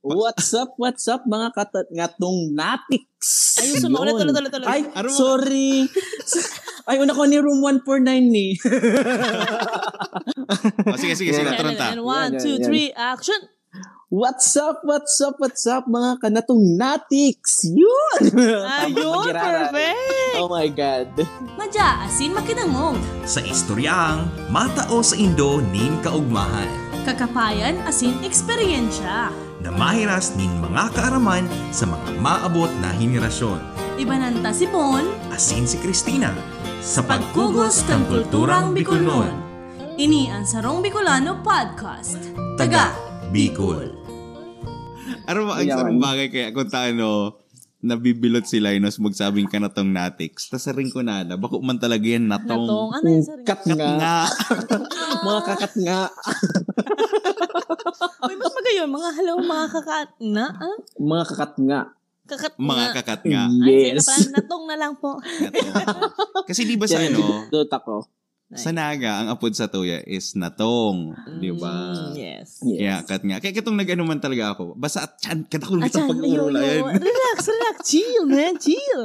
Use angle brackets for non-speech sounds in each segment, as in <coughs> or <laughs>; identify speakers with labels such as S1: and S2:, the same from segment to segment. S1: What's up, what's up mga katat ngatong natics?
S2: Ayun, suma. Ulit, ulit, ulit, ulit.
S1: Ay,
S3: Ano mo-
S1: sorry. <laughs> Ay, una ko ni room 149 ni.
S3: Oh, sige, sige, sige.
S2: Yan,
S3: Turun ta.
S2: yan, yan.
S1: Yan,
S2: One,
S1: yan,
S2: two,
S1: yan.
S2: three, action!
S1: What's up, what's up, what's up mga kanatong natics? Yun! Tamang
S2: <laughs> Ayun,
S1: mag-iraral.
S2: perfect!
S1: Oh my God.
S4: Madya asin makinangong,
S5: Sa istoryang matao sa Indo ning kaugmahan
S4: kakapayan asin eksperyensya.
S5: na mahiras nin mga kaaraman sa mga maabot na henerasyon.
S4: Ibananta si Bon,
S5: Asin si Christina sa
S4: pagkugos kang kulturang Bicolnon. Ini ang Sarong Bicolano Podcast. Taga,
S5: Bicol.
S3: Ano ba ang
S1: Yaman.
S3: sarang bagay kaya kung taano nabibilot si Linus magsabing ka na tong natics. Tapos saring ko na na. Bako man talaga yan
S2: Natong,
S3: natong.
S2: ano yung sarili?
S1: Kat
S3: Kat
S1: nga.
S3: nga.
S2: Ah,
S1: Mga kakat nga.
S2: Uy, mas magayon. Mga hello, mga kakat na. ah?
S1: Mga kakat nga.
S2: Kakat na.
S3: Mga kakat nga.
S1: Yes.
S2: Ay, sige na pala. Natong na lang po.
S3: Natong. Kasi di ba sa ano,
S1: Dot ako.
S3: sa naga, ang apod sa tuya is natong. <laughs> Di ba?
S2: Mm, yes.
S3: Kaya kat nga. Kaya kitong nag-ano man talaga ako. Basta at chan, katakulong
S2: Ayan,
S3: kita
S2: ayun,
S3: pag-urula yan.
S2: ayun. Relax, relax. Chill, man. Chill.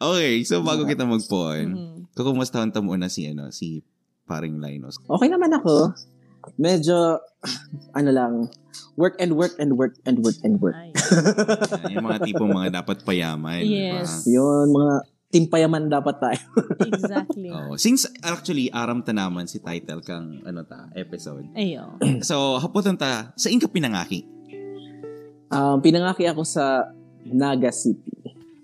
S3: Okay, so bago kita mag-phone,
S2: Mm.
S3: kukumustahan ta muna si, ano, si paring Linus.
S1: Okay naman ako. Medyo, ano lang, work and work and work and work and work.
S2: Ay.
S3: Yan, yung mga tipong mga dapat payaman. di ba?
S2: Yes.
S1: Yun, mga timpayaman dapat tayo.
S2: Exactly.
S3: Oh, since actually aram ta naman si title kang ano ta episode.
S2: Ayo.
S3: So haputan ta sa inka pinangaki.
S1: Um, pinangaki ako sa Naga City.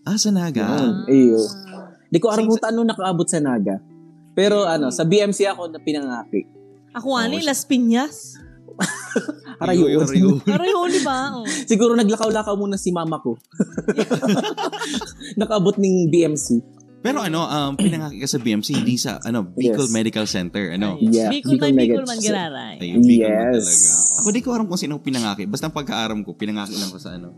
S3: Ah, sa Naga.
S1: Yan. Ayo.
S3: Ah.
S1: Di ko alam kung taano nakaabot sa Naga. Pero ano, sa BMC ako na pinangaki.
S2: Ako ani,
S3: Oh,
S2: Las Piñas.
S1: Aray, yun.
S3: Ayun, ayun.
S2: Aray, holy ba? Oh.
S1: <laughs> Siguro naglakaw-lakaw muna si mama
S3: <laughs>
S1: ko. Nakaabot ng BMC.
S3: <laughs> Pero ano, um, pinangaki ka sa BMC, hindi sa ano, Bicol
S1: Yes.
S3: Medical Center, ano.
S2: Ayun.
S1: Yeah,
S2: Bicol
S1: Bicol
S2: by Bicol
S1: Mega-
S2: man giraray.
S3: Ayun, Bicol mo
S1: Yes.
S3: talaga. Ako di ko aram kung sino pinangaki. Basta ang pagkaaram ko, pinangaki lang ko sa ano.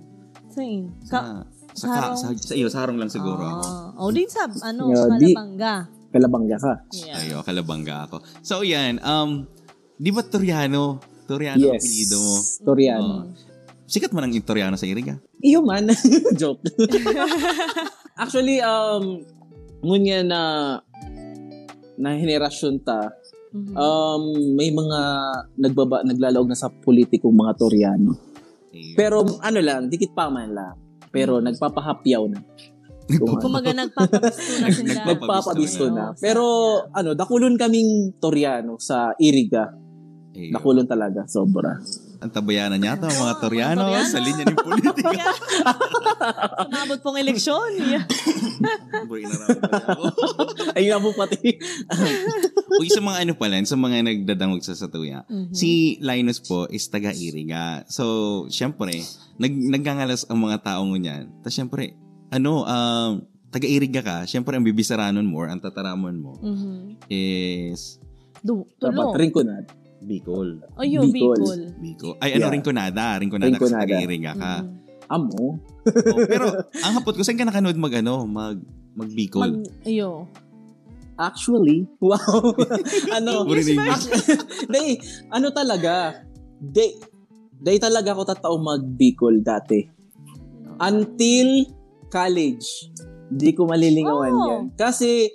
S2: Sa'in. Ka-
S3: Sa, sa, ka- sa,
S2: sarong.
S3: sa iyo, sarong lang siguro ako.
S2: Oh, oh, din sa, ano,
S1: Yeah, di-
S2: Malabanga.
S1: Kalabangga ka.
S2: Yeah.
S3: Ayo, kalabangga ako. So yan, um, di ba Turiano? Turiano ang
S1: yes.
S3: apelido mo.
S1: Toriano.
S3: Oh. Sikat man ang Turiano sa Iriga.
S1: Iyo man. <laughs> Joke. Actually, um, ngunya na na henerasyon ta,
S2: Mhm.
S1: um, may mga nagbaba, naglalaog na sa politikong mga Toriano.
S3: <laughs>
S1: Pero ano lang, dikit pa man lang. Pero nagpapahapyaw na.
S2: Kumaga nagpapagusto na sila.
S1: Nagpapabisto
S3: Nagpapabisto
S1: na.
S2: <laughs>
S1: Pero ano, dakulon kaming Toriano sa Iriga.
S3: Ayun.
S1: Dakulon talaga, sobra.
S3: Ang tabayanan niya ang mga
S2: Ah, mga
S3: Toriano
S2: Toriano.
S3: sa linya ng politika. <laughs>
S2: Kaya, Sumabot pong eleksyon. Yeah.
S3: Boy, inarawan pala ako.
S1: Ayun na po pati.
S3: Uy, sa mga ano pala, sa mga nagdadangog sa satuya, <laughs>
S2: Mm-hmm.
S3: si Linus po is taga-Iriga. So, syempre, nag nagngangalas ang mga taong niyan. Tapos syempre, ano, um, taga-Iriga ka, syempre ang bibisaranon mo or ang tataramon mo
S2: Mhm.
S3: is
S2: Du,
S1: Dapat
S2: tulo.
S1: rin ko na.
S3: Bicol.
S2: Oyo,
S1: Bicol.
S2: Bicol.
S3: Bicol. Ay, ano,
S1: Yeah.
S3: Rinconada. Rinconada kasi
S1: Rinconada.
S3: taga-Iriga ka.
S2: Mhm.
S1: Amo.
S3: Oh, pero, ang hapot ko, saan ka nakanood mag, ano, mag, mag
S2: Mag,
S3: Bicol?
S2: ayo.
S1: Actually,
S2: <laughs>
S1: wow. ano,
S3: English version.
S1: <laughs> Day, ano talaga? Day, day talaga ako tatao mag-Bicol dati. Until college. Di ko malilingawan
S2: Oh.
S1: yan. Kasi,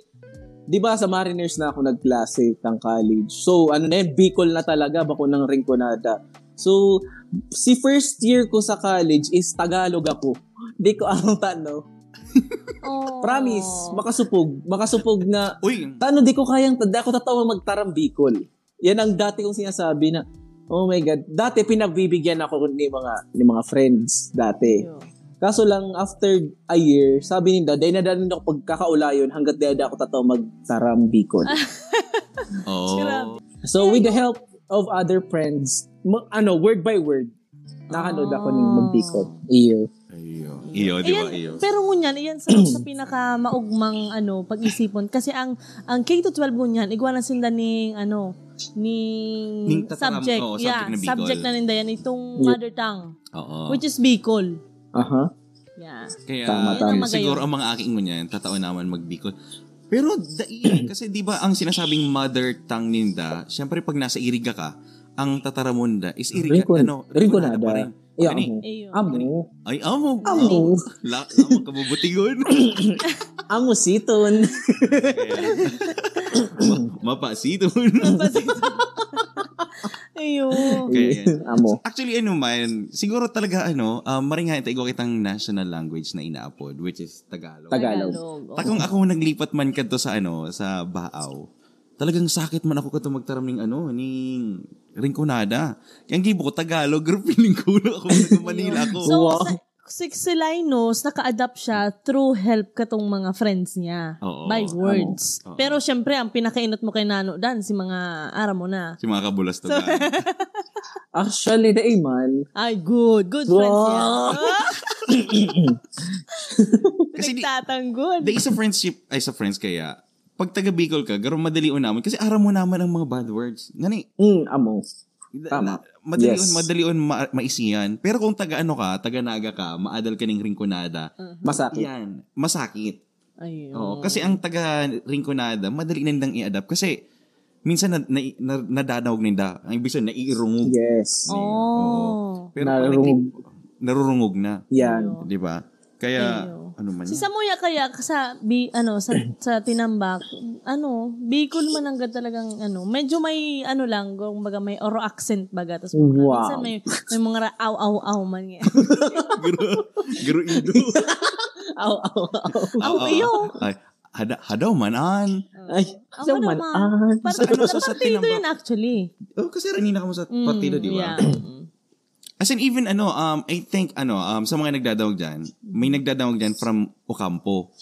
S1: di ba sa Mariners na ako nagklase ng college. So, ano na yun, Bicol na talaga, bako ng Rinconada. So, si first year ko sa college is Tagalog ako. Di ko <laughs> alam tano.
S2: Oh.
S1: Promise, makasupog. Makasupog na
S3: Uy,
S1: Tano, di ko kayang, di ako tatawa magtarang Bicol. Yan ang dati kong sinasabi na, oh my God, dati pinagbibigyan ako ni mga, ni mga friends dati.
S2: Ayo.
S1: Kaso lang, after a year, sabi ni Dad, ay nadanin ako pagkakaulayon hanggat di ako tatawa magtarang Bicol.
S3: Oh.
S2: Grabe.
S1: So, with the help of other friends, ma- ano, word by word, nakanood ako ng mag-Bicol. Iyo.
S3: Iyo. Iyo, di ba? Iyo.
S2: Ayan, pero ngunyan, iyan sa, sa pinaka maugmang ano, pag-isipon. Kasi ang ang K-12 ngunyan, igualan sila ning ano,
S3: Ning
S2: ning
S3: tataram-
S2: subject.
S3: oo, subject
S2: yeah,
S3: na Bicol.
S2: subject na ninda yan itong
S1: Yeah.
S2: mother tongue,
S3: Oo.
S2: which is Bicol.
S1: Aha.
S2: Yeah.
S3: Kaya,
S1: Tama,
S3: kaya
S1: tama.
S3: siguro ang mga aking ngunyan, tataon naman magbikol. Pero, dai, kasi di ba ang sinasabing mother tongue ninda, syempre pag nasa Iriga ka, ang tataramunda is Iriga,
S1: Rincon-
S3: ano,
S1: Rinconada.
S3: pa rin.
S1: Ay,
S3: Ani.
S1: amo.
S2: Ayun.
S1: Amo.
S3: Ay, amo.
S1: Amo.
S3: Lak, amo,
S1: <coughs>
S3: kabubutigon.
S1: Amo siton.
S3: Mapasitun.
S2: Ayun.
S3: Kaya yan.
S1: <laughs> amo.
S3: Actually, ano man, siguro talaga, ano, uh, maringayin tayo kitang national language na inaapod, which is <laughs> Tagalog.
S1: Tag- Tagalog.
S2: oo.
S3: Takong ako naglipat man kadto sa, ano, sa Baaw, talagang sakit man ako kadto magtaram ng, ano, ning rinconada. Kaya ang gibo ko, Tagalog, pero feeling ko <laughs> na ako nag Manila ako.
S2: So,
S1: Wow.
S2: sa, si Xelinos, naka-adapt siya through help katong mga friends niya.
S3: Oo.
S2: by words. Pero syempre, ang pinakainot mo kay Nano Dan, si mga ara mo na.
S3: Si mga kabulas Tagalog.
S1: Actually, daig man.
S2: Ay, good. Good friends niya. <laughs>
S1: Wow.
S3: Kasi di-
S2: Nagtatanggol.
S3: Day sa friendship, ay sa friends kaya, pag taga Bicol ka, garo madali naman. Kasi araw mo naman ang mga bad words. Ngani,
S1: Mm, amo.
S3: Tama.
S1: Tama.
S3: Madali
S1: Yes.
S3: on, madali on ma- maisiyan. Pero kung taga ano ka, taga naga ka, maadal ka ng rinconada,
S1: Masakit.
S3: yan, masakit.
S2: Ayun.
S3: Oo, kasi ang taga rinconada, madali nindang i-adapt. Kasi minsan na, na, na, nadadawag ninda. Ang ibig sabihin, naiirungog.
S1: Yes.
S3: Oo.
S2: Oh.
S3: Pero pag
S1: Narurungog.
S3: nagli- narurungog na.
S1: Yan.
S3: Di ba? Kaya,
S2: Ayaw.
S3: ano man
S2: Si
S3: yan.
S2: Samuya kaya sa bi, ano sa sa tinambak ano Bicol man hanggang talagang ano medyo may ano lang kumbaga may oro accent baga tapos mga-
S1: Wow.
S2: minsan may may mga ra- aw aw aw man
S1: <laughs>
S2: nga.
S3: Gro-
S2: <laughs>
S3: Groido.
S1: <laughs> Aw, aw, aw.
S2: aw kayo.
S3: Ay, hada, hadaw manan.
S1: Ay,
S2: Ako
S1: so man.
S2: naman.
S1: Ah,
S2: Part-
S3: Sa ano, sa- sa
S2: partido
S3: tinambak?
S2: yun actually.
S3: Oh, kasi ranina ka mo sa
S2: Mm,
S3: partido, di
S2: yeah.
S3: ba? <clears throat> As in, even ano, um, I think, ano, um, sa mga nagdadawag dyan, may nagdadawag dyan from Ocampo.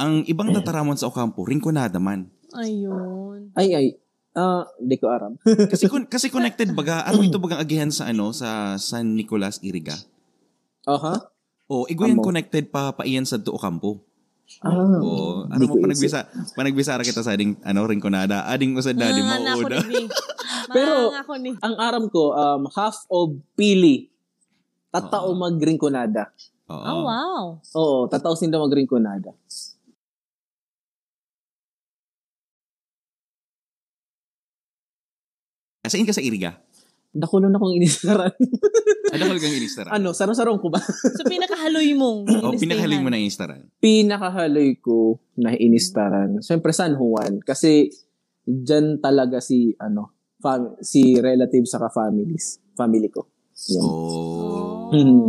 S3: Ang ibang nataramon sa Ocampo, rinconada man.
S2: Ayun.
S1: ay, ay. Ah, di ko aram.
S3: Kasi, kun- kasi connected baga, ano ito bagang agihan sa ano, sa San Nicolas, Iriga.
S1: Aha.
S3: O, iguyan
S1: Amo.
S3: connected pa pa iyan sa to Ocampo.
S1: Ah,
S3: O, ano
S1: di ko
S3: mo,
S1: isip.
S3: panagbisa, panagbisara kita sa ading, ano, rinconada. Ading usad
S2: Ah,
S3: na, di
S2: Nanganganak
S3: mo
S2: ako
S3: uda.
S2: ni Bi.
S1: Pero-
S2: Nangangako ni.
S1: Ang aram ko, um, half of pili. Tatao
S3: Oo.
S1: magrinconada.
S2: Oh,
S3: Oo.
S2: wow.
S1: Oo, tatao sinda magrinconada.
S3: Kasi in ka sa Iriga.
S1: Nakulong na kong inisaran.
S3: Ano ka lang inistaran?
S1: <laughs> ano, sarong-sarong ko ba?
S2: So pinakahaloy mong.
S1: Ano
S3: O, pinakaling Oh, mo
S2: na.
S3: na inistaran.
S1: Pinakahaloy ko na inistaran. Siyempre, San Juan. Kasi, dyan talaga si, ano, fam- si relatives saka families. Family ko. Yun.
S3: Oh.
S2: <laughs>
S1: Mhm.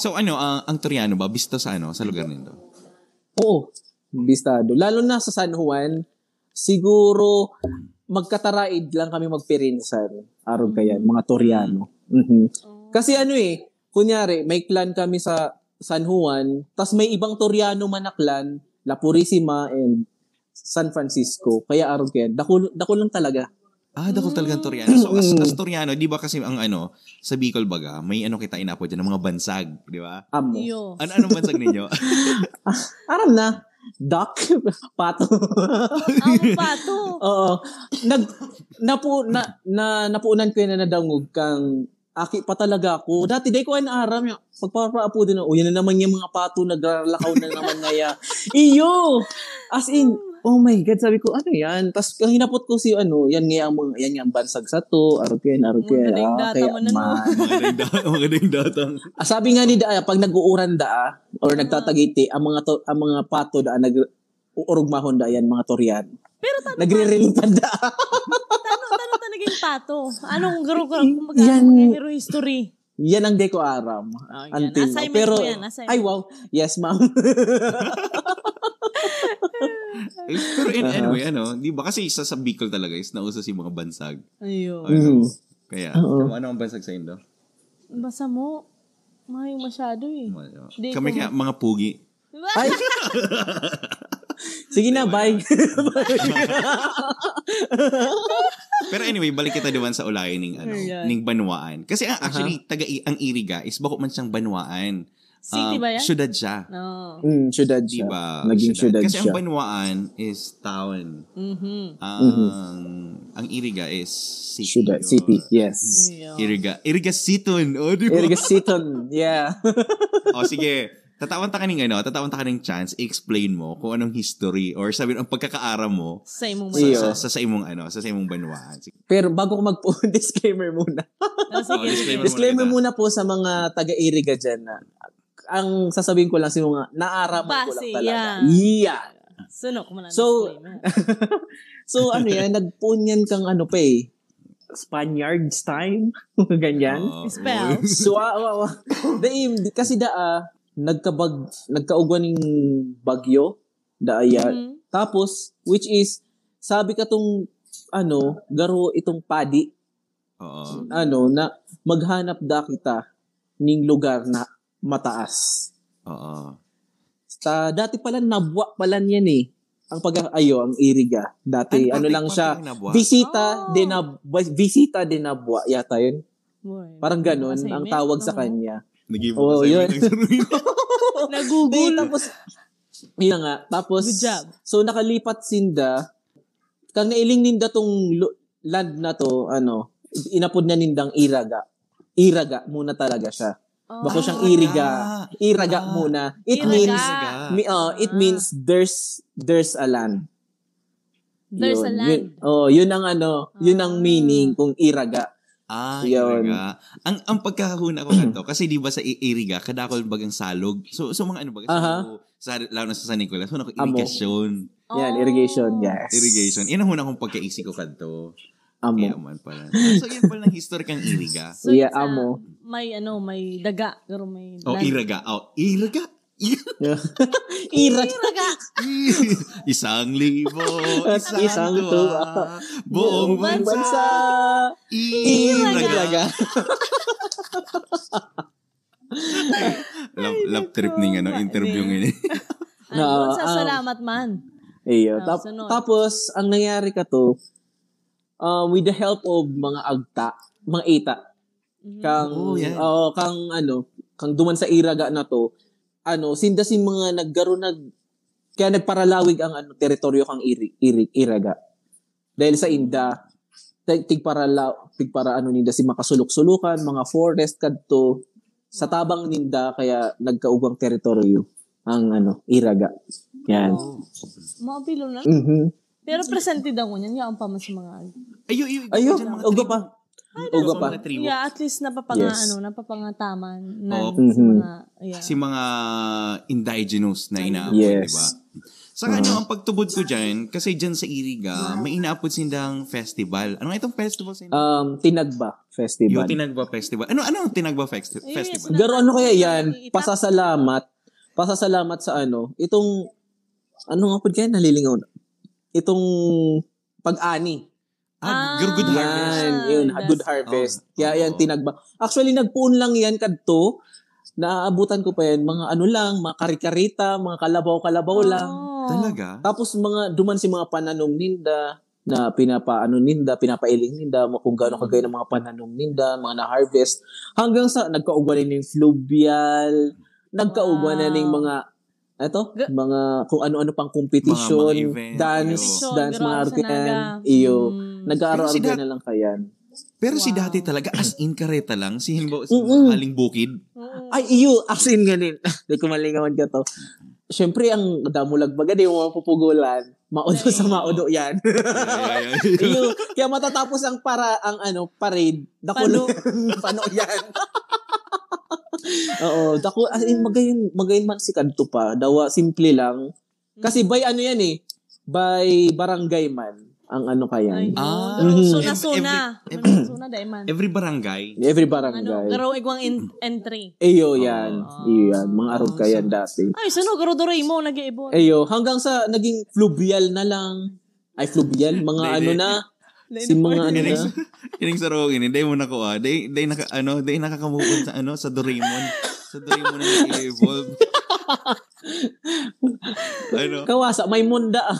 S3: So ano, ang, ang Toriano ba, bista sa ano, sa lugar nito?
S1: Oo, bistado. Lalo na sa San Juan, siguro magkataraid lang kami magpirinsan. Araw kaya, mga Toriano. Mhm. Kasi ano eh, kunyari, may clan kami sa San Juan, tas may ibang Toriano man na clan, La Purisima and San Francisco. Kaya araw kaya, dako, dako lang talaga.
S3: Ah, dakol talagang Toriano. So, as, as Toriano, di ba kasi ang ano, sa Bicol baga, may ano kita inapo dyan, ng mga bansag, di ba?
S1: Amo.
S2: Yo.
S3: Ano, anong bansag ninyo?
S1: Aram na, duck, <laughs> pato. <laughs>
S2: Ang pato.
S1: Oo. Nag napu na, na napuunan ko yun na nadangog kang aki pa talaga ako. Dati day ko an aram yung pagpapaapo din ako. Yan na naman yung mga pato naglalakaw na naman
S2: <laughs>
S1: ngaya. Iyo! As in, oh my God, sabi ko, ano yan? Tapos kang hinapot ko si ano, yan nga ang, mga- yan nga ang bansag sa to, arog yan, arog yan.
S2: Maganda yung
S1: Ah,
S2: data
S1: kaya
S2: mo na, no?
S1: man.
S3: magandang, da- magandang datang.
S1: Ah, sabi nga ni Daaya, pag nag-uuran daa, or nagtatagiti, ang mga, to, ang mga pato daa, nag uurugmahon daa yan, mga torian.
S2: Pero tama,
S1: Nagre-relitan daa.
S2: tanong, tanong talaga yung pato. Anong garo ko lang kumbaga
S1: Yan.
S2: mga hero history.
S1: Yan ang Deco Aram.
S2: Oh, yan.
S1: Until now.
S2: Assignment
S1: Pero,
S2: ko yan, assignment.
S1: ay wow. Yes, ma'am. <laughs>
S3: Eh, Pero in anyway,
S1: Uh-huh.
S3: ano, di ba kasi isa sa Bicol talaga is nauso si mga bansag.
S2: Ayun.
S3: Ano,
S1: Mhm.
S3: Kaya,
S1: Oo.
S3: ano ang bansag sa Indo?
S1: Mm.
S2: Basa mo. Mayo masyado eh. Di
S3: Kami
S2: ko-
S3: kaya mga pugi.
S1: ay. Sige na, bye.
S3: Pero anyway, balik kita diwan sa ulayan ng ano,
S2: Ayan.
S3: ning Banwaan. Kasi ang actually
S1: Uh-huh.
S3: taga ang Iriga is bako man siyang Banwaan.
S2: City
S3: Um,
S2: ba yan?
S3: Syudad siya.
S2: No.
S1: <laughs> mm, syudad siya.
S3: Diba?
S1: Naging syudad,
S3: Kasi
S1: siya.
S3: ang Banwaan is town.
S2: Mhm.
S3: Ang ang Iriga is city.
S1: Mm-hmm. Syudad,
S3: or-
S1: city, yes.
S2: Ayun.
S1: Mm.
S3: Iriga. Iriga Siton. O, Oh, di ba?
S1: Erga Seaton, yeah. <laughs>
S3: o, sige. tatawan ta kaning ano, tatawan ta kaning chance, i-explain mo kung anong history or sabi ang pagkakaara mo
S2: Sa imong
S3: sa,
S1: Iyo.
S3: sa, sa, sa imong ano, sa, sa imong banwaan. Sige.
S1: Pero bago ko mag-po, <laughs> disclaimer muna.
S2: Ah,
S3: Oh, disclaimer.
S1: Disclaimer muna
S3: muna
S1: po sa mga taga-Iriga dyan na ang sasabihin ko lang si mga naaraman ko lang
S2: Base,
S1: talaga.
S2: yeah.
S1: Yeah.
S2: Sunok mo na.
S1: So-
S2: disclaimer.
S1: So ano yan, nagpon yan kang ano pa eh. Spaniards time? <laughs> Ganyan.
S3: Oo.
S2: Spell.
S1: So, ah, ah, ah. The aim, di- kasi da, ah, nagkabag, nagkaugwan ng bagyo, da aya.
S2: Mhm.
S1: Tapos, which is, sabi ka tong, ano, garo itong padi,
S3: Oo.
S1: ano, na maghanap da kita ning lugar na mataas.
S3: Oo.
S1: Sa, dati pala, nabwa pala yan eh. Ang pag, ayo, ang iriga. Dati, ano lang siya, Visita
S2: Oh.
S1: de Nab- Visita de Nabwa yata yun.
S2: Word.
S1: Parang ganun ang
S2: Assignment,
S1: tawag sa
S2: oo.
S1: kanya.
S3: Nag-give
S1: Oo,
S3: ako
S1: Oh, yun.
S3: yun.
S1: Hindi,
S2: Nagugul.
S1: tapos, <laughs> yun nga. Tapos,
S2: Good job.
S1: so nakalipat sinda, kang nailing ninda tong lu- land na to, ano, inapod na nindang iraga. Iraga muna talaga siya. Bako
S2: Ah.
S1: siyang iriga. Iraga
S3: Ah.
S1: muna. It
S2: Iraga.
S1: means,
S2: Ah.
S1: mi- oh, it
S2: Ah.
S1: means there's, there's a land.
S2: There's
S1: Yun.
S2: a
S1: Yun,
S2: land.
S1: oh, yun ang ano, yun ang
S2: Ah.
S1: meaning kung iraga.
S3: Ah,
S1: Yun.
S3: iriga. Ang ang pagkakahuna ko kanto kasi 'di ba sa i- iriga kadakol bagang salog. So so mga ano ba kasi
S1: Aha.
S3: sa lalo na sa San Nicolas, so ako
S1: Amo.
S3: irrigation.
S2: Oh.
S1: Yan, irrigation, yes.
S3: Irrigation. Yan ang huna kong pagkaisip ko kanto.
S1: Amo.
S3: Kaya man pala. So yun pala ng history
S1: <laughs>
S3: kang iriga.
S2: So,
S1: Yeah,
S2: it's a-
S1: amo.
S2: May ano, may daga. Pero may
S3: O iraga. O iraga.
S1: Iraga.
S2: Iraga.
S3: <laughs> isang libo, isang,
S1: <laughs> Isang
S3: tuwa,
S1: tuwa.
S3: buong bansa, iraga.
S1: Iraga.
S3: Love, love trip ng ano, interview ngayon.
S2: Ano,
S1: No,
S2: sa
S1: um,
S2: salamat man.
S1: Iyo.
S2: Ah,
S1: Tap-
S2: sunod.
S1: tapos, ang nangyari ka to, um, with the help of mga agta, mga ita,
S2: Mm-hmm.
S1: kang,
S3: Oh, yan.
S1: oo, kang ano, kang duman sa iraga na to, ano, sinda si mga naggaro nag, kaya nagparalawig ang ano, teritoryo kang iri, iri, iraga. Dahil sa inda, tig- tigpara, la- tigpara ano ninda si makasulok-sulukan, mga forest kadto, sa tabang ninda, kaya nagkaugwang teritoryo ang ano, iraga. Yan.
S2: Mabilo na.
S1: Mhm.
S2: Pero presented ako niyan. Yung pa mas mga...
S3: Ayo, ayo,
S1: Ayo, ugo pa. Ugo pa.
S2: Yeah, at least napapanga,
S1: Yes. Mm-hmm.
S2: ano, napapangataman na
S3: Oo.
S2: sa mga... Yeah.
S3: Oh. Si mga indigenous na inaapod,
S1: Yes. Mm-hmm.
S3: di ba? Saka ano, ang pagtubod ko dyan, kasi dyan sa Iriga, may inaapod sindang festival. Ano nga itong festival sa
S1: Um, Tinagba Festival.
S3: Yung Tinagba Festival. Ano, ano ang Tinagba Festi-
S2: Ayun,
S3: Festival?
S2: yes.
S1: Garo ano kaya yan?
S2: Itap-
S1: Pasasalamat. Pasasalamat sa ano? Itong, ano nga po kaya nalilingaw na? Itong pag-ani.
S3: Ah, Good, good
S2: Ah.
S3: harvest.
S1: Yan, yun,
S2: that's-
S1: good harvest.
S3: Oh,
S1: Kaya
S3: oh.
S1: yan, tinagba. Actually, nagpuon lang yan kadto. Naaabutan ko pa yan, mga ano lang, mga karikarita, mga kalabaw-kalabaw
S3: Oh.
S1: lang.
S2: Oo.
S3: Talaga?
S1: Tapos mga duman si mga pananong ninda na pinapaano ninda, pinapailing ninda, mga kung gaano kagaya ng mga pananong ninda, mga na-harvest, hanggang sa nagkaugwanan ng fluvial, nagkaugwanan
S2: Wow.
S1: ng mga eto,
S2: Ga-
S1: mga kung ano-ano pang competition,
S3: Mga- mga event,
S1: dance,
S3: iyo.
S1: dance,
S2: Pero
S1: mga
S2: ako sa
S1: artian,
S2: naga.
S1: iyo.
S2: Mm.
S1: Nag-aaral
S3: Pero si
S1: ka
S3: Dat-
S1: na lang kayan.
S3: Pero si
S2: Wow.
S3: dati talaga, as in kareta lang, si Himbo, si
S1: Mm-mm.
S3: Aling Bukid.
S2: Oo.
S1: Ay, iyo, as in <laughs> ganun. Hindi ko malingawan ka to. Siyempre, ang damulag baga, di mo mapupugulan. Maudo sa maudo yan.
S3: Ay, ay, ay.
S1: Iyo, kaya matatapos ang para ang ano parade dakulo <laughs> pano yan oo dako as in magayon magayon man si kanto pa dawa simple lang kasi by ano yan eh by barangay man ang ano
S2: Ay,
S1: kayan
S3: Ah.
S2: garo,
S1: Mhm.
S2: Suna-suna. Suna-suna, dahil man.
S3: Every barangay.
S1: every
S2: Ano,
S1: barangay
S2: garo igwang in- entry.
S1: ayo yan
S2: Oh.
S1: iyo yan mga arog kayan dati
S2: Ay, suno, garo Doraemon, nag-iibon.
S1: ayo hanggang sa naging fluvial na lang ay fluvial mga ano na si mga ano na
S3: Kining sa Rogin, hindi mo nakuha. Day, day, naka, ano, day nakakamukod sa, ano, sa Doraemon. Sa Doraemon na
S1: <laughs>
S3: nag-evolve. ano,
S1: kawasa may munda <laughs> ah.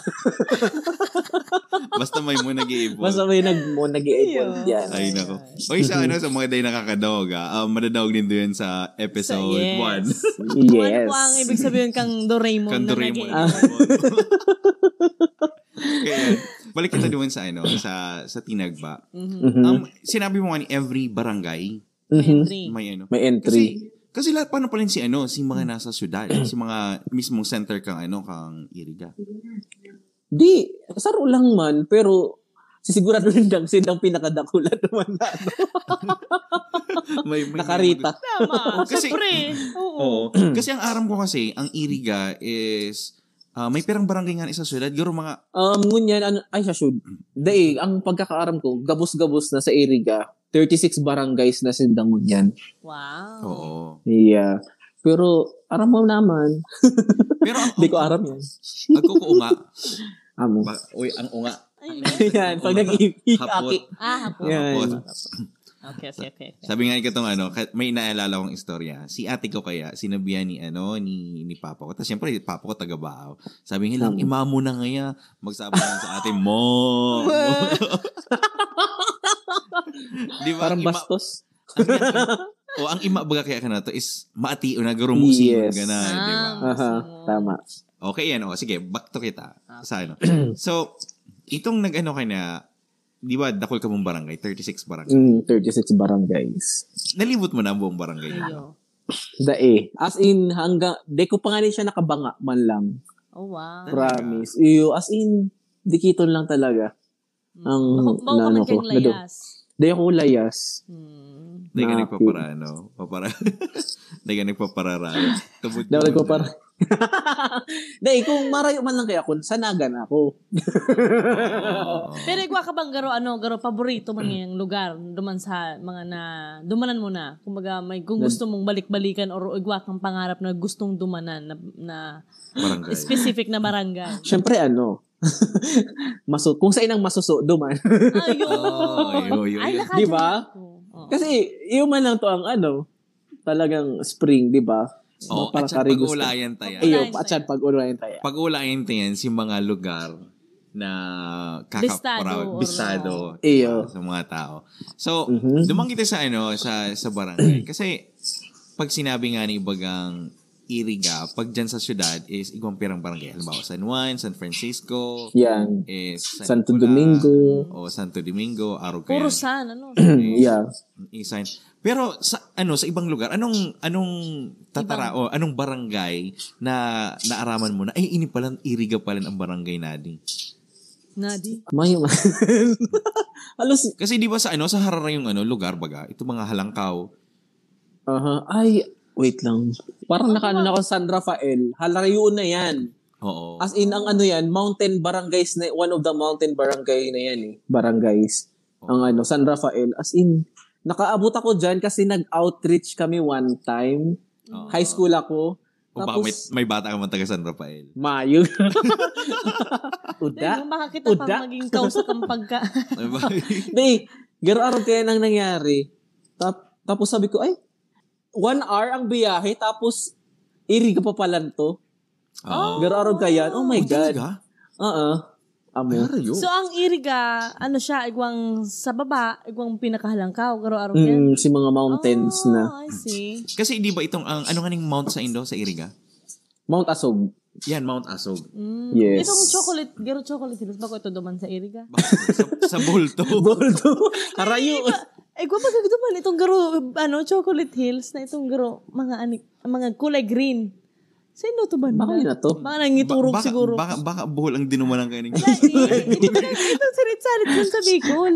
S3: basta may mo nag-evolve.
S1: basta may nag mo nag-evolve yan
S3: Ay, nako. O sa ano, sa mga day nakakadawag, ah, um, madadawag din doon sa episode 1.
S2: yes.
S1: Yes. Ah.
S2: Ano po ang ibig sabihin kang Doraemon
S3: Kang
S2: na ano.
S3: Doraemon.
S2: nag-iibon? <laughs>
S3: Kaya, Eh, balik kita doon sa, ano, sa, sa Tinagba.
S2: Mhm.
S1: Mhm.
S3: Um, sinabi mo nga ni every barangay,
S1: Mhm.
S2: Entry.
S3: may ano.
S1: May entry.
S3: Kasi, Kasi lahat paano pa rin si ano, si mga nasa syudad, eh, si mga mismong center kang ano, kang Iriga.
S1: Di, saro lang man, pero sisigurado <laughs> rin lang silang pinakadakulan naman na ano,
S3: May, may-
S1: <laughs> nakarita. Mm.
S2: Tama.
S3: <laughs> Kasi- Oh.
S2: Siyempre. Oo.
S3: Oo. kasi ang aram ko kasi, ang Iriga is, ah, may perang barangay nga isa syudad, siguro mga,
S1: Um, ngunyan, ano, ay siya should.
S3: Mm.
S1: Daig, ang pagkakaaram ko, gabos-gabos na sa Iriga, 36 barangays na sindangon yan.
S2: Wow.
S3: oo.
S1: Yeah. Pero, aram mo naman. <laughs>
S3: Pero ang,
S1: Hindi ko aram yan.
S3: Ako ko unga.
S1: Amo.
S3: Ba- Uy, ang unga.
S2: Ay,
S1: yan, pag nag-iikaki.
S3: Hapot.
S2: ah, hapon.
S1: Yan.
S3: Hapot.
S2: Okay, okay, okay. okay.
S3: Sabi nga itong ano, ka- may naalala kong istorya. Si ate ko kaya, sinabihan ni ano, ni, ni papa ko. Tapos syempre, papa ko taga Baaw. Sabi niya
S1: Hmm.
S3: lang, imamo na ngaya. Magsabi lang sa ate,
S1: <laughs>
S3: mo. Di ba?
S1: Parang
S3: Ima-
S1: bastos.
S3: <laughs> ang, o, ang ima baga kaya ka na to is maati o na garumusi
S1: Yes.
S3: ka na. Di ba?
S2: Ah.
S1: Aha, tama.
S3: Okay, ano. Sige, back to kita. Sa ano. <clears throat> so, itong nag-ano ka na, di ba, dakol ka mong barangay, 36 barangay.
S1: Mm, 36 barangays.
S3: Nalibot mo na ang buong barangay. mo.
S2: Ayo.
S1: Dae. As in, hanggang, di ko pa nga rin siya nakabanga man lang.
S2: Oh, wow.
S3: Talaga?
S1: Promise. Iyo, as in, dikiton lang talaga. Ang
S3: ano
S2: Bako- Bako Mm. ka
S1: nano
S2: man
S1: ko.
S2: kang layas.
S1: Di ako layas.
S2: Hmm.
S3: Hindi ka
S1: Na-
S3: nagpaparano. <laughs> Papara. Hindi ka nagpaparara. Tubod
S1: Di ako
S3: tubod
S1: nagpapara.
S3: na.
S1: <laughs> Di, kung marayo man lang kaya ako, sanagan ako.
S3: Oo.
S2: Pero igwa ka bang garo, ano, garo paborito man ngayong lugar duman sa mga na, dumanan mo na. Kumbaga, may, kung gusto mong balik-balikan or igwa kang pangarap na gustong dumanan na, na
S3: Barangay.
S2: specific na barangay.
S1: Siyempre, ano, <laughs> maso, kung sa inang masuso, duman.
S2: Ayun.
S3: <laughs> Oh, yun, yun,
S2: Ay,
S3: yun.
S2: nakadyan
S1: Di ba?
S2: ako. Oo.
S1: <laughs> Kasi, iyo man lang to ang ano, talagang spring, di ba?
S3: Oo,
S1: Parang
S3: at saka
S1: karigusto.
S3: pag-ulayan tayo.
S1: Iyo,
S2: Ulayan tayo.
S1: at siya pag-ulayan tayo.
S3: Pag-ulayan tayo si mga lugar na
S2: Bistado
S3: kakaparag,
S2: or-
S3: bistado
S1: Iyo.
S3: sa mga tao. So,
S1: Mhm.
S3: dumang kita sa ano, sa, sa barangay. <clears throat> Kasi, pag sinabi nga ni Ibagang Iriga, pag dyan sa syudad is igwang pirang barangay. Halimbawa, San Juan, San Francisco,
S1: Yan.
S3: is San
S1: Santo
S3: Nicola,
S1: Domingo.
S3: O Santo Domingo,
S2: Puro
S3: Araucarian.
S2: san,
S3: <clears throat>
S2: ano?
S1: yeah.
S3: Isan. Pero sa ano sa ibang lugar, anong anong tatara o anong barangay na naaraman mo na ay ini pala iriga pala ang barangay natin.
S2: Nadi.
S1: Mayo man. <laughs> Halos,
S3: Kasi di ba sa ano sa Harara yung ano lugar baga, ito mga halangkaw.
S1: Aha. Ay, wait lang. Parang nakano na ako sa San Rafael. Halarayuon na yan.
S3: Oo.
S1: As in, ang ano yan, mountain barangays na, one of the mountain barangay na yan eh. Barangays. Ang ano, San Rafael. As in, nakaabot ako dyan kasi nag-outreach kami one time.
S3: Oo.
S1: High school ako.
S3: o ba, may,
S1: Tapos,
S3: may bata ka man taga San Rafael.
S1: <laughs> Mayo.
S2: Dahil
S1: Uda.
S2: yung makakita
S1: Uda.
S2: pang maging kausa kang pagka.
S1: <laughs>
S3: Ano ba? <laughs>
S1: Di, garo-araw kaya nang nangyari. Tap, tapos sabi ko, ay, one hour ang biyahe, tapos iriga pa pala to.
S3: Oo.
S1: Garo-araw kaya. Oh my God.
S3: Iriga?
S1: Oo. Amo.
S3: Ah.
S2: so, ang iriga, ano siya, igwang sa baba, igwang pinakahalangkaw, garo-araw yan. Ah,
S1: Mm, si mga mountains na.
S2: I see.
S3: Kasi di ba itong ang ano nga ning mount sa Indo sa Iriga?
S1: Mount Asog.
S3: Yan Mount Asog.
S2: Mm.
S1: Yes.
S2: Itong chocolate, garo chocolate hills, bago ito duman sa iriga.
S3: sa, sa Bulto.
S1: Boldo. Harayo.
S2: Eh, guwapo sabi duman, itong garo, ano, chocolate hills na itong garo, mga anik, mga kulay green. Sa Indo to ba?
S1: Baka yun na to.
S2: Baka nangiturog
S3: Ba- baka,
S2: siguro.
S3: Baka, baka buhol ang dinumalang kayo ng <laughs>
S2: Ito, sarit-sarit yun sa Bicol.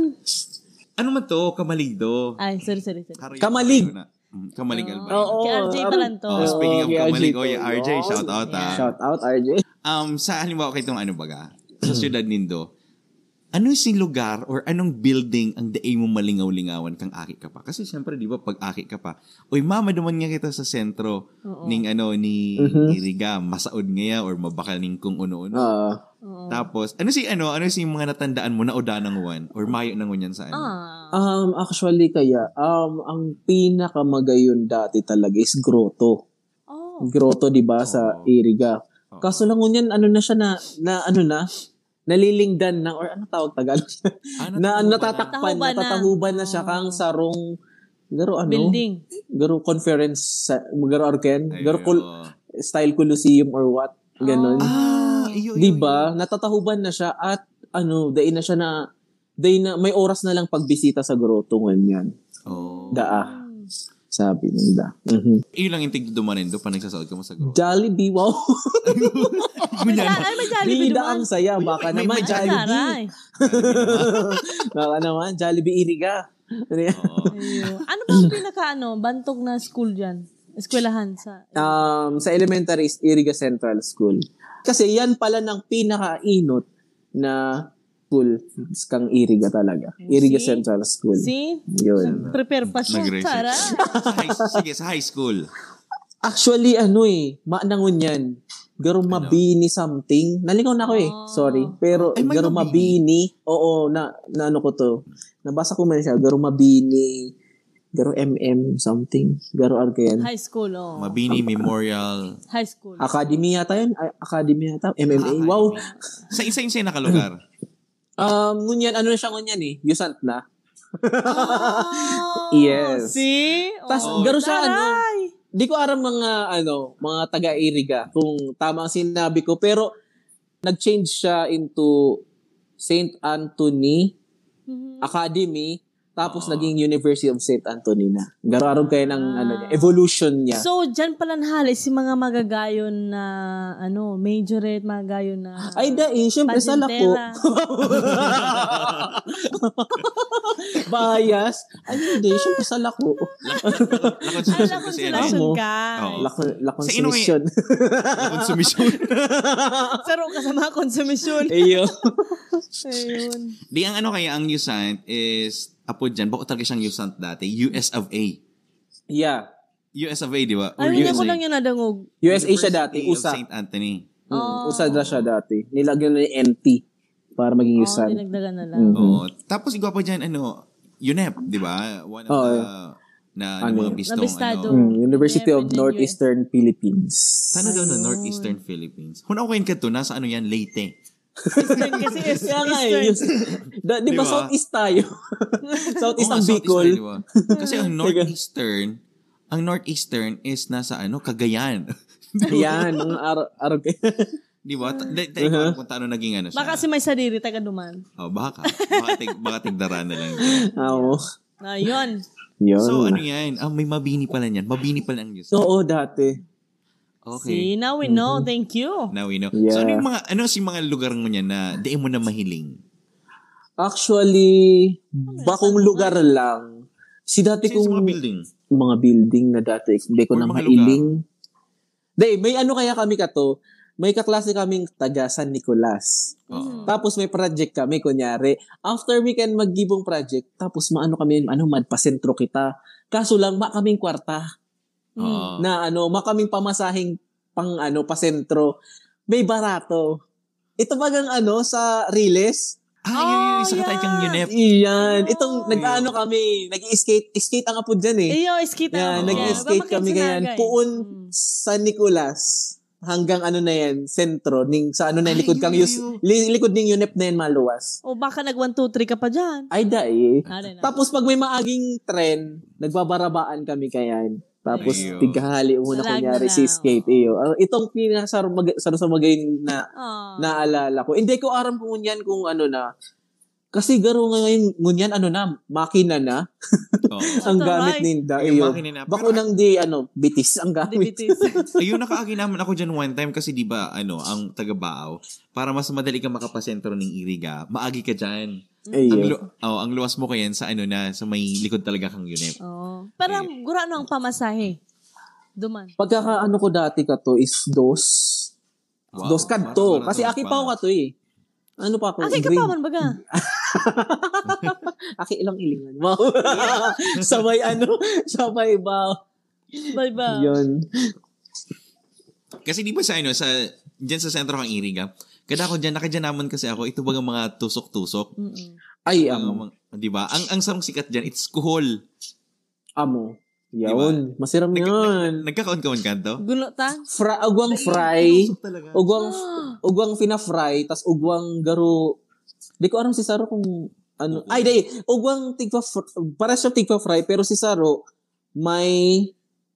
S3: Ano man to? Kamaligdo.
S2: Ay, sorry, sorry, sorry.
S3: Karayan.
S1: Kamalig.
S3: Mm, Kamalig Albay.
S1: Oo.
S2: Kay RJ pa lang to.
S3: Oh, speaking of
S1: Okay, RJ
S3: kamalig,
S1: to.
S3: oy, RJ, shout out ah.
S1: Shout out, RJ.
S3: Um, sa halimbawa kay itong ano baga, sa siyudad nindo, ano si lugar or anong building ang dae mo malingaw-lingawan kang aki ka pa? Kasi siyempre, di ba, pag aki ka pa, uy, mama, duman nga kita sa sentro ning ano, ni Iriga, masaod ngaya or mabakal ning kung
S1: Mm-hmm.
S3: ano-ano.
S1: Ah.
S3: Tapos, ano si ano, ano si mga natandaan mo na oda ng one or mayo ng one yan sa ano?
S2: Ah,
S1: um, actually kaya, um, ang pinakamagayon dati talaga is grotto.
S2: oh.
S1: Grotto, di ba, sa Iriga. Kaso lang ngunyan, ano na siya na, na ano na, nalilingdan na, or ano tawag Tagalog siya?
S3: Ah,
S1: na
S3: natandaan
S1: natatakpan,
S2: Natahuban na.
S1: natatahuban na siya kang sarong, garo ano?
S2: Building.
S1: Garo conference, sa- garo arken,
S3: Ay,
S1: garo col-
S3: oo.
S1: style Colosseum or what, ganon.
S3: Ah, iyo, iyo,
S1: Di ba? Natatahuban na siya at ano, dain na siya na,
S3: Oh.
S1: dain na, may oras na lang pagbisita sa grotto ngayon yan.
S2: Hmm.
S3: iyo. Oo.
S1: Daa. Sabi nila. Mhm.
S3: Yun lang yung tigdumanin doon pa nagsasaot ka mo sa group.
S1: Jollibee, wow.
S2: May Jolli- Ay, may Jollibee diba?
S1: Bida
S2: dumaan.
S1: ang saya. Baka
S3: may-
S1: naman,
S3: may
S1: Jollibee.
S2: Taray.
S1: Baka naman, Jollibee Iriga. Ano yan?
S2: Ayun. Ano ba
S1: <laughs>
S2: ang pinaka ano, bantog na school dyan? Eskwelahan sa...
S1: um, sa elementary is Iriga Central School. Kasi yan pala ng pinakainot na school kang Iriga talaga. Iriga
S2: See?
S1: Central School.
S2: See?
S1: Yun.
S2: Prepare pa siya.
S3: Nag-research.
S2: Taray.
S3: Sa high- Sige, sa high school.
S1: Actually, ano eh, maanangon yan. Garong
S3: Ano?
S1: mabini something. Nalingaw na ako eh. Sorry. Pero
S3: Ay, may
S1: garong mabini.
S3: mabini.
S1: Oo, na, na ano ko to. Nabasa ko man siya. Garong mabini. Garong MM something. Garong ano kaya yan.
S2: High school, oh.
S3: Mabini Memorial. Ah,
S2: High school.
S1: Academy yata yun. Ay, Academy yata. MMA. Wow.
S3: Sa isa-isa yung nakalugar.
S1: Um, ngunyan, ano na siya ngunyan eh? Yusant na.
S2: Oh,
S1: Yes.
S2: See?
S1: Tas,
S2: Oh,
S1: garo siya, ano?
S2: taray.
S1: Di ko aram mga, ano, mga taga-Iriga kung tama ang sinabi ko. Pero, nag-change siya into St. Anthony
S2: Mhm.
S1: Academy. Tapos,
S3: Oo.
S1: naging University of St. Anthony na. Garo aram kayo ng,
S2: Ah.
S1: ano, niya, evolution niya.
S2: So, dyan pala nahali si mga magagayon na, ano, majorate, magagayon na...
S1: Ay, dai, syempre, sala ko.
S2: Pagintera.
S1: <laughs> Bias. Ay, hindi, syempre, sala ko.
S2: Ay,
S3: Lakon
S2: lakon
S3: kasi
S2: sila
S3: ano.
S1: Lakon.
S2: siya, ka.
S3: Oo.
S1: Lakon, lakon
S3: Sa
S1: sa
S3: Inouye. <laughs>
S1: mission.
S3: Lakon sumisyon.
S2: Saro ka sa mga konsumisyon.
S1: Ayun.
S2: Ayun.
S3: <laughs> Di ang ano kaya, ang USANT is, apo dyan, bako talaga siyang USANT dati, US of A.
S1: Yeah.
S3: US of A, di ba?
S2: Ayun, hindi ko
S3: USA.
S2: lang yun nadangog.
S1: USA siya dati,
S3: University of
S1: USA.
S3: St. Anthony.
S2: Oh.
S1: Mm, usad na siya dati. Nilagyan na ni NT para maging
S2: Oo,
S1: usad.
S2: dinagdagan na
S1: Mm.
S2: lang.
S3: Oo. Tapos igwa pa dyan, ano, UNEP, di ba? One of
S1: Oo,
S3: the,
S1: eh.
S3: na,
S1: Ano
S3: ano, mga
S1: yun?
S3: bistong,
S2: Nabistado.
S3: ano.
S1: Mm, University
S2: Kaya
S1: of
S2: pwede yun.
S1: Northeastern Philippines.
S3: Sana daw na Northeastern Philippines. Hunawain ka to, nasa ano yan, Leyte.
S2: Eastern <laughs>
S1: <laughs>
S2: kasi is
S1: Kaya nga eh.
S2: Eastern.
S1: Yung, da, di ba
S3: Diba?
S1: Southeast tayo? Southeast
S3: Oo nga,
S1: ang
S3: Southeastern, di
S1: Bicol.
S3: ba? Kasi ang Northeastern, ang Northeastern is nasa ano, Cagayan.
S1: <laughs>
S3: <laughs>
S1: Yan, mga ar- ar- <laughs>
S3: di ba? Ta- di- di-
S1: Uh-huh.
S3: uh kung taano naging ano siya.
S2: Baka kasi may sarili taga duman.
S3: Oh, baka. Baka, tig, baka tigdaran na lang. yun.
S1: Ah, Oo.
S2: Ayun.
S1: <laughs> Yun.
S3: So, ano yan? Ah, may mabini pala yan. Mabini pala ang Diyos.
S1: Oo, dati.
S3: Okay.
S2: See, now we know.
S1: Mm-hmm.
S2: Thank you.
S3: Now we know. So,
S1: Yeah.
S3: ano yung mga, ano si mga lugar mo niyan na di mo na mahiling?
S1: Actually, bakong lugar lang. Si dati
S3: Kasi sa
S1: kong
S3: mga building.
S1: mga building na dati hindi ko
S3: Or
S1: na
S3: mga
S1: mailing. Day, may ano kaya kami kato, may kaklase kaming taga San Nicolas.
S3: Oo.
S1: Tapos may project kami, kunyari. After weekend maggibong project, tapos maano kami, ano, madpasentro kita. Kaso lang, ma kaming kwarta
S2: Mm.
S3: Oo.
S1: na ano, ma kaming pamasahing pang ano, pasentro. May barato. Ito bagang ano, sa Riles?
S3: Ah, yun, yun, isa ka tayo kang UNEP.
S1: Iyan. Itong,
S3: Ah.
S1: nag-ano kami, nag-skate, skate ang apo dyan eh.
S2: Iyo, iskita.
S1: Yan,
S3: Oo.
S1: nag-skate kami ganyan. Puon
S2: Mm.
S1: sa Nicolas hanggang ano na yan, sentro, ning, sa ano na yan,
S3: Ay,
S1: likod kang
S3: yun,
S1: yus,
S3: yun.
S1: li- likod ning UNEP na yan maluwas.
S2: O baka nag 1, 2, 3 ka pa dyan.
S1: Ay, dai.
S2: Ano na.
S1: Tapos pag may maaging tren, nagbabarabaan kami kayan. Tapos
S3: Ayun.
S1: tigkahali muna
S2: Salag
S1: kunyari
S2: na.
S1: si skate. Iyo. Ah, Itong pinasarumagayin na
S2: Ah.
S1: naalala ko. Hindi ko aram kung ngunyan kung ano na. Kasi garo ngayon, ngunyan ano na, makina na. <laughs>
S3: Oo.
S1: ang
S2: Taray.
S1: gamit ninda.
S3: Ay,
S1: Iyo.
S3: makina na.
S1: Bako
S3: Pero-
S1: nang di, ano, bitis ang gamit.
S2: Dibitis.
S3: Ayun, nakaagi naman ako dyan one time kasi di ba ano, ang taga Baaw, para mas madali ka makapasentro ng Iriga, maagi ka dyan. Ang,
S1: <laughs> Iyo.
S3: lu- oh, ang luwas mo kayan sa ano na, sa may likod talaga kang UNEP.
S2: Oo. Parang gura ano ang pamasahe. Duman.
S1: Pagkaka ano ko dati ka to is dos.
S3: Wow.
S1: Dos kad to.
S3: Parang-
S1: Kasi
S3: parang-
S1: aki pa ako ka to eh. Ano pa ako?
S2: Aki ka
S1: Grade-
S2: pa man baga.
S1: Aki ilang ilingan. <laughs> Wow. sabay ano? Sabay ba?
S2: Bye ba.
S1: Yun.
S3: Kasi di ba sa ano, sa, dyan sa sentro kang Iriga, kada ako dyan, nakadyan naman kasi ako, ito bagang mga tusok-tusok.
S2: Mm-mm.
S1: Ay,
S3: Mga-
S1: amo.
S3: mga- di ba? Ang, ang sarong sikat dyan, it's kuhol.
S1: Amo. Yun. Masiram yun.
S3: Nagkakaon-kaon ka to?
S2: Gulo ta?
S1: Fra, ugwang fry.
S2: ano?
S3: Tusok talaga.
S2: <gasps>
S1: Ugwang, ugwang fina-fry. tas ugwang garo. Di ko alam si Saro kung ano. Ay, di. Ugwang tigpa Para siya tigpa-fry. Pero si Saro, may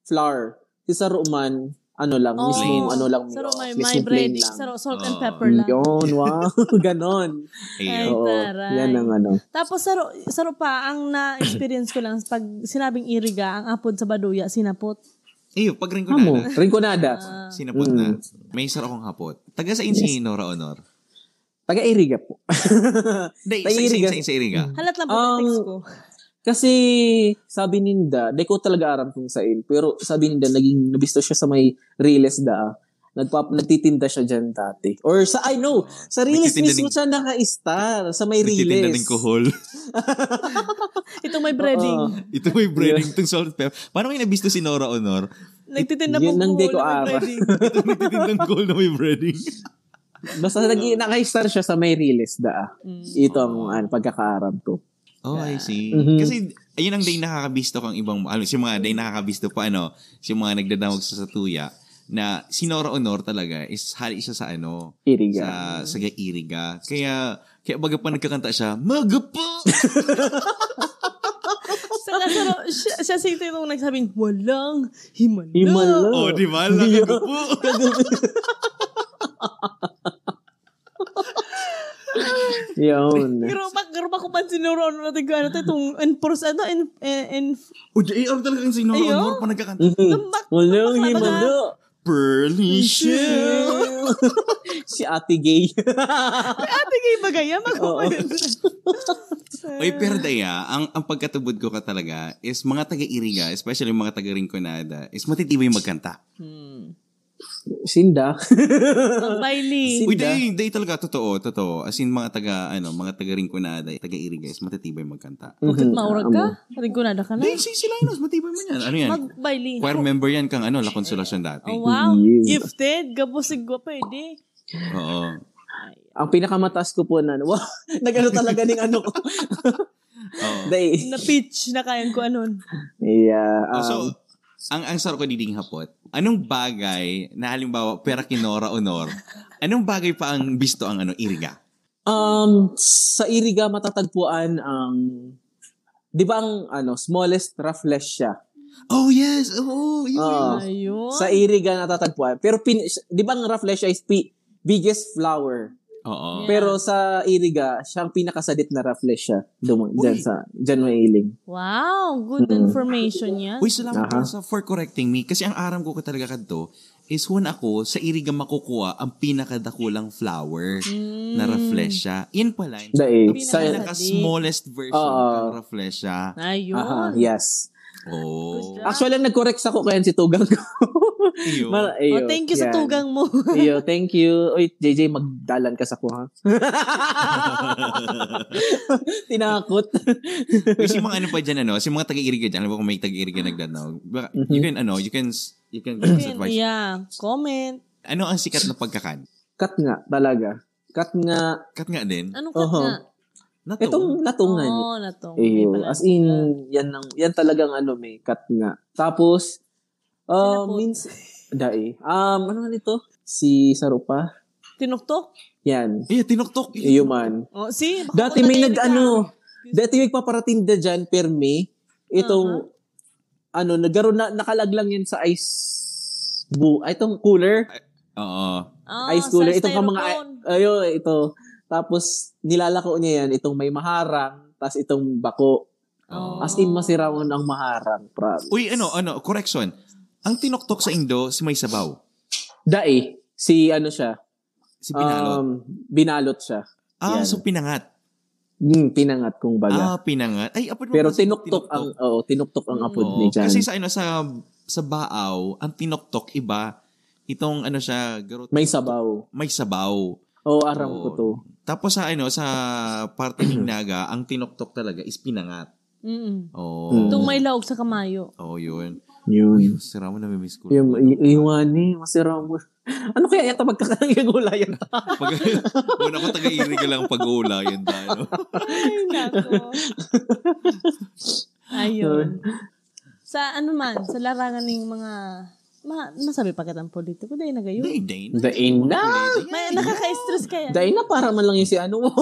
S1: flour. Si Saro man, ano lang,
S2: Oo.
S1: mismong ano lang. yun,
S2: Saro, Oh. may,
S1: mismong
S2: may
S1: plain
S2: breading.
S1: lang. Ah.
S2: Saro, salt and
S3: Oo.
S2: pepper lang.
S1: Yun, wow. <laughs> Ganon.
S2: Ay,
S3: Ayun.
S1: Oo,
S2: taray.
S1: yan ang ano.
S2: Tapos saro, saro pa, ang na-experience ko lang pag sinabing iriga, ang apod sa baduya, sinapot.
S3: Ayun, pag rin ko
S1: Amo, Mm.
S3: na,
S1: Rinconada.
S3: sinapot na. May isa akong hapot. Taga sa Insino, Nora Honor.
S1: Taga-Iriga po. <laughs>
S3: Hindi,
S1: Taga
S3: sa Insino,
S1: Iriga.
S3: sa Insino, Iriga.
S2: Halat lang po
S1: Um,
S2: um, ko.
S1: Kasi sabi ninda, di ko talaga aram kung saan. Pero sabi ninda, naging nabisto siya sa may Riles da. Nagpap, nagtitinda siya dyan dati. Or sa, I know, sa Riles
S3: Nagtitinda
S1: mismo
S3: ng-
S1: siya naka-star. Sa may
S3: Nagtitinda
S1: Riles.
S3: ng kohol.
S2: Itong may breading.
S1: Oo.
S3: <laughs> Ito may breading itong salt and pepper. Paano may nabisto si Nora Honor?
S2: Nagtitinda
S1: Yun
S2: po
S1: ang di ko
S2: ng
S1: ara.
S2: breading.
S1: <laughs>
S3: Ito nagtitinda ng kohol na may breading.
S1: Basta nag- naka-star siya sa may Riles da. Ito ang ano, pagkakaaram ko.
S3: Oh, I see.
S1: Mhm.
S3: Kasi ayun ang day nakakabisto kang ibang, ano, si mga day nakakabisto pa, ano, si mga nagdadawag sa satuya, na si Nora Honor talaga is hali siya sa ano,
S1: Iriga.
S3: sa, sa Gairiga. Kaya, kaya baga pa nagkakanta siya, Maga po!
S2: Saka saro, siya, siya si ito yung nagsabing, walang himala.
S1: Himala.
S3: oh, di ba? Laga po! <laughs>
S1: Yun.
S2: Pero bak, pero bak, pansin nyo ron, natin ko, ano to, itong enforce, ano, en, en, en,
S3: O, di, ang talagang si Nora
S2: Ayun.
S3: Honor pa nagkakanta.
S2: tumbak,
S1: Walang
S2: tumbak laban na.
S1: himala.
S3: Pearly shoe!
S1: <laughs> si ate gay.
S2: eh, Ate kayo bagaya,
S1: Oo.
S2: mag-umalit.
S3: Oy, pero daya, ang, ang pagkatubod ko ka talaga is mga taga-Iriga, especially mga taga-Rinconada, is matitibay magkanta.
S1: Sinda.
S2: Ang Bailey.
S3: Uy, day, day talaga, totoo, totoo. As in, mga taga, ano, mga taga Rinconada, taga Iriga is matitibay magkanta.
S2: Bakit
S1: mhm.
S2: maurag ka? Rinconada ka na.
S3: Day, si, si Linus, matibay man yan. Ano yan?
S2: Mag-Bailey.
S3: Choir member yan kang, ano, La Consolacion dati.
S2: Oh, wow.
S1: Yes.
S2: Gifted. Gabusig ko, pwede.
S3: Oo.
S1: Ang pinakamataas ko po na, <laughs> wow, nagano talaga ng ano ko. <laughs>
S3: Oo.
S1: Day.
S2: Na-pitch na kayang ko anon.
S1: Yeah. Um,
S3: so, ang ang sarap ko diding hapot. Anong bagay na halimbawa pera kinora honor? Anong bagay pa ang bisto ang ano iriga?
S1: um, sa Iriga matatagpuan ang, di ba ang ano, smallest raffles siya?
S3: Oh yes. Oh, yun.
S1: Oo.
S2: Ayun.
S1: Ah, sa Iriga natatagpuan. Pero, pin, di ba ang raffles siya is pi- biggest flower?
S3: Oo.
S1: Pero sa Iriga, siya ang pinakasadit na raffles siya. Dum- dyan
S3: Uy.
S1: sa, dyan may iling.
S2: Wow. Good
S1: Hmm.
S2: information yan.
S3: Uy, salamat
S1: Aha.
S3: po sa for correcting me. Kasi ang aram ko ka talaga kadto is when ako sa iriga makukuha ang pinakadakulang flower na reflesia. Yan pala.
S1: Dai.
S3: Ang
S1: Hmm. Sa,
S3: pinaka-smallest version
S1: Oo.
S3: ng reflesia.
S2: Ayun.
S1: aha, yes.
S2: Good
S3: Oh.
S2: job.
S1: Actually, ang nag-correct sa ko kaya si Tugang ko. <laughs>
S3: Iyo.
S1: Mar-
S2: Oh,
S1: ayo,
S2: thank you
S1: yan.
S2: sa tugang
S1: <clears throat>
S2: mo.
S1: Iyo, thank you. Uy, JJ, magdalan ka sa kuha.
S2: <laughs>
S1: Tinakot.
S3: <laughs> Uy, si mga ano pa dyan, ano, si mga taga-iriga dyan, alam mo kung may taga-iriga nagdanaw, baka,
S1: Mm-hmm.
S3: you can, ano, you can, s- you can give us advice.
S2: yeah. Comment.
S3: Ano ang sikat na pagkakan?
S1: Cut nga, talaga. Cut nga.
S3: Kat nga din.
S2: Anong kat
S1: Oho.
S2: nga?
S3: Nato.
S1: Itong natungan.
S2: Oo, na to. May
S1: Iyo.
S2: pala.
S1: As in, yan, ang, yan talagang ano, may cut nga. Tapos, um,
S2: Tinapot.
S1: means, dai. Um, ano nga nito? Si Sarupa.
S2: Tinuktok?
S1: Yan.
S3: Eh, tinoktok.
S1: Iyo man.
S2: Oh, see? Baka
S1: Dati
S2: punta
S1: may
S2: tayo
S1: nag,
S2: dito.
S1: ano, dati may paparatinda dyan, per me. Itong,
S2: Uh-huh.
S1: ano, nagkaroon na, nakalaglang yan sa ice, bu, ay, itong cooler.
S3: Oo.
S2: Ah,
S1: ice cooler.
S2: sa
S1: Itong ka mga,
S2: styrofoam.
S1: ayo, ito. Tapos, nilalako niya yan, itong may maharang, tapos itong bako.
S2: Oh.
S1: As in, masiraon ang maharang, promise.
S3: Uy, ano, ano, correction. Ang tinoktok sa Indo, si may sabaw.
S1: Dae, si ano siya,
S3: Si pinalot.
S1: um, binalot siya.
S3: ah,
S1: yan.
S3: so pinangat.
S1: Hmm, pinangat kong baga.
S3: Ah, pinangat. Ay, apod mo
S1: Pero
S3: ba si
S1: tinuktok ang, oo, tinuktok ang apod
S3: Oo.
S1: ni Jan.
S3: Kasi sa, ano, sa, sa baaw, ang tinoktok iba, itong, ano siya, garot,
S1: may sabaw.
S3: may sabaw.
S1: Oo, aram ko
S3: Oo.
S1: to.
S3: Tapos sa ano sa
S1: <clears throat>
S3: parte ng Naga, ang tinoktok talaga is pinangat.
S1: Hmm.
S2: Mm-mm.
S3: Oh.
S2: Itong may laog sa kamayo.
S3: Oh, yun.
S1: Yun.
S3: Sira mo na may miss ko.
S1: Yung, y- iwani, masira mo. <laughs> Ano kaya yata magkakalang gulayan? <laughs>
S3: Pag <laughs> una ko taga iriga lang pag ula yun ano? tayo.
S2: Ay, nako. Ayun. Sa ano man, sa larangan ng mga... Ma, masabi pa kitang politiko, dahil nagayo.
S3: Day, day. na.
S1: Dae na!
S2: May nakaka-stress kaya.
S1: Dae na para man lang yun <laughs> si ano mo.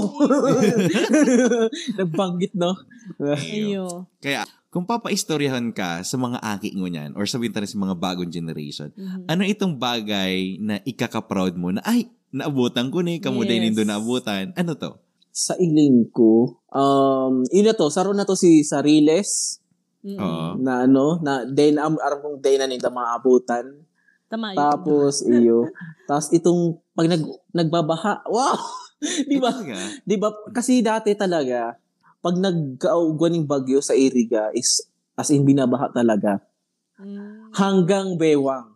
S1: Nagbanggit, no?
S2: Ayo.
S3: Kaya kung papaistoryahan ka sa mga aki mo niyan or sabihin tayo sa mga bagong generation, ano itong bagay na ikaka-proud mo na, ay, naabutan ko ni, kamuday
S2: Yes.
S3: nindo naabutan. Ano to?
S1: Sa iling ko, um, yun na to, saro na to si Sariles,
S2: Mm-mm.
S3: Oo.
S1: na ano, na day na, aram kong day na nila maabutan.
S2: Tama yun.
S1: Tapos, iyo. Tapos itong, pag nag, nagbabaha, wow! <laughs> Di ba?
S3: Ito nga.
S1: Di ba? Kasi dati talaga, pag nagkaugwan ng bagyo sa Iriga is as in binabaha talaga.
S2: Mm.
S1: Hanggang bewang.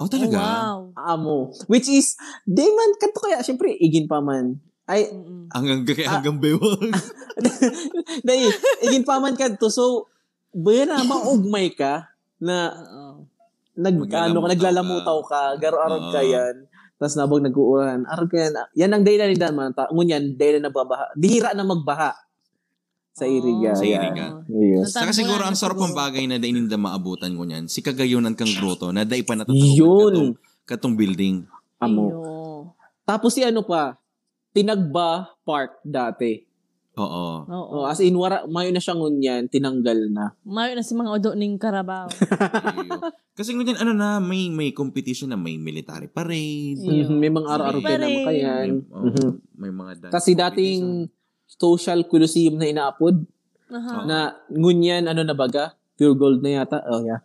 S3: Oh,
S2: Oh,
S3: talaga?
S2: wow.
S1: Amo. Which is, di man, kanto kaya, syempre, igin pa man. Ay,
S2: Mm-mm.
S3: Hanggang,
S1: Ah.
S3: hanggang bewang.
S1: dahil, igin pa man kanto. So, bayan na, maugmay ka na
S2: Oo.
S1: nag, ano,
S3: Maglalamutaw
S1: naglalamutaw ka, garo-aron ka
S3: Oo.
S1: yan. Tapos nabog nag-uuran. Aron ka yan. Yan ang day na ni Dan, man. Ta- ngunyan, day na nagbabaha. Bihira na magbaha sa Iriga.
S2: Oh.
S3: Ah, Sa
S1: Yan.
S3: Iriga.
S1: Yes.
S2: Natanong
S3: Saka
S2: ko
S3: siguro
S2: lang
S3: ang
S2: na
S3: sarap
S2: siguro.
S3: ang bagay na dainin na maabutan ko niyan. Si Kagayunan kang groto na day pa natatawag
S1: Yun.
S3: katong, katong building.
S1: Amo.
S2: Ayo.
S1: Tapos si ano pa, Tinagba Park dati.
S3: Oo.
S2: Oo.
S1: Oh, as in, wara, mayo na siyang unyan, tinanggal na.
S2: Mayo na si mga odo ning
S3: <laughs>
S2: Carabao.
S3: Iyo. Kasi ngunyan, ano na, may may competition na may military parade.
S2: Iyo.
S1: Mhm, May mga araw-araw
S3: Sige.
S1: din naman kayan.
S3: May, oo,
S1: Mhm.
S3: may mga dance
S1: Kasi
S3: competition.
S1: dating social coliseum na inaapod,
S2: Aha.
S3: Oo.
S1: na ngunyan, ano na baga, pure gold na yata. Oh, yeah.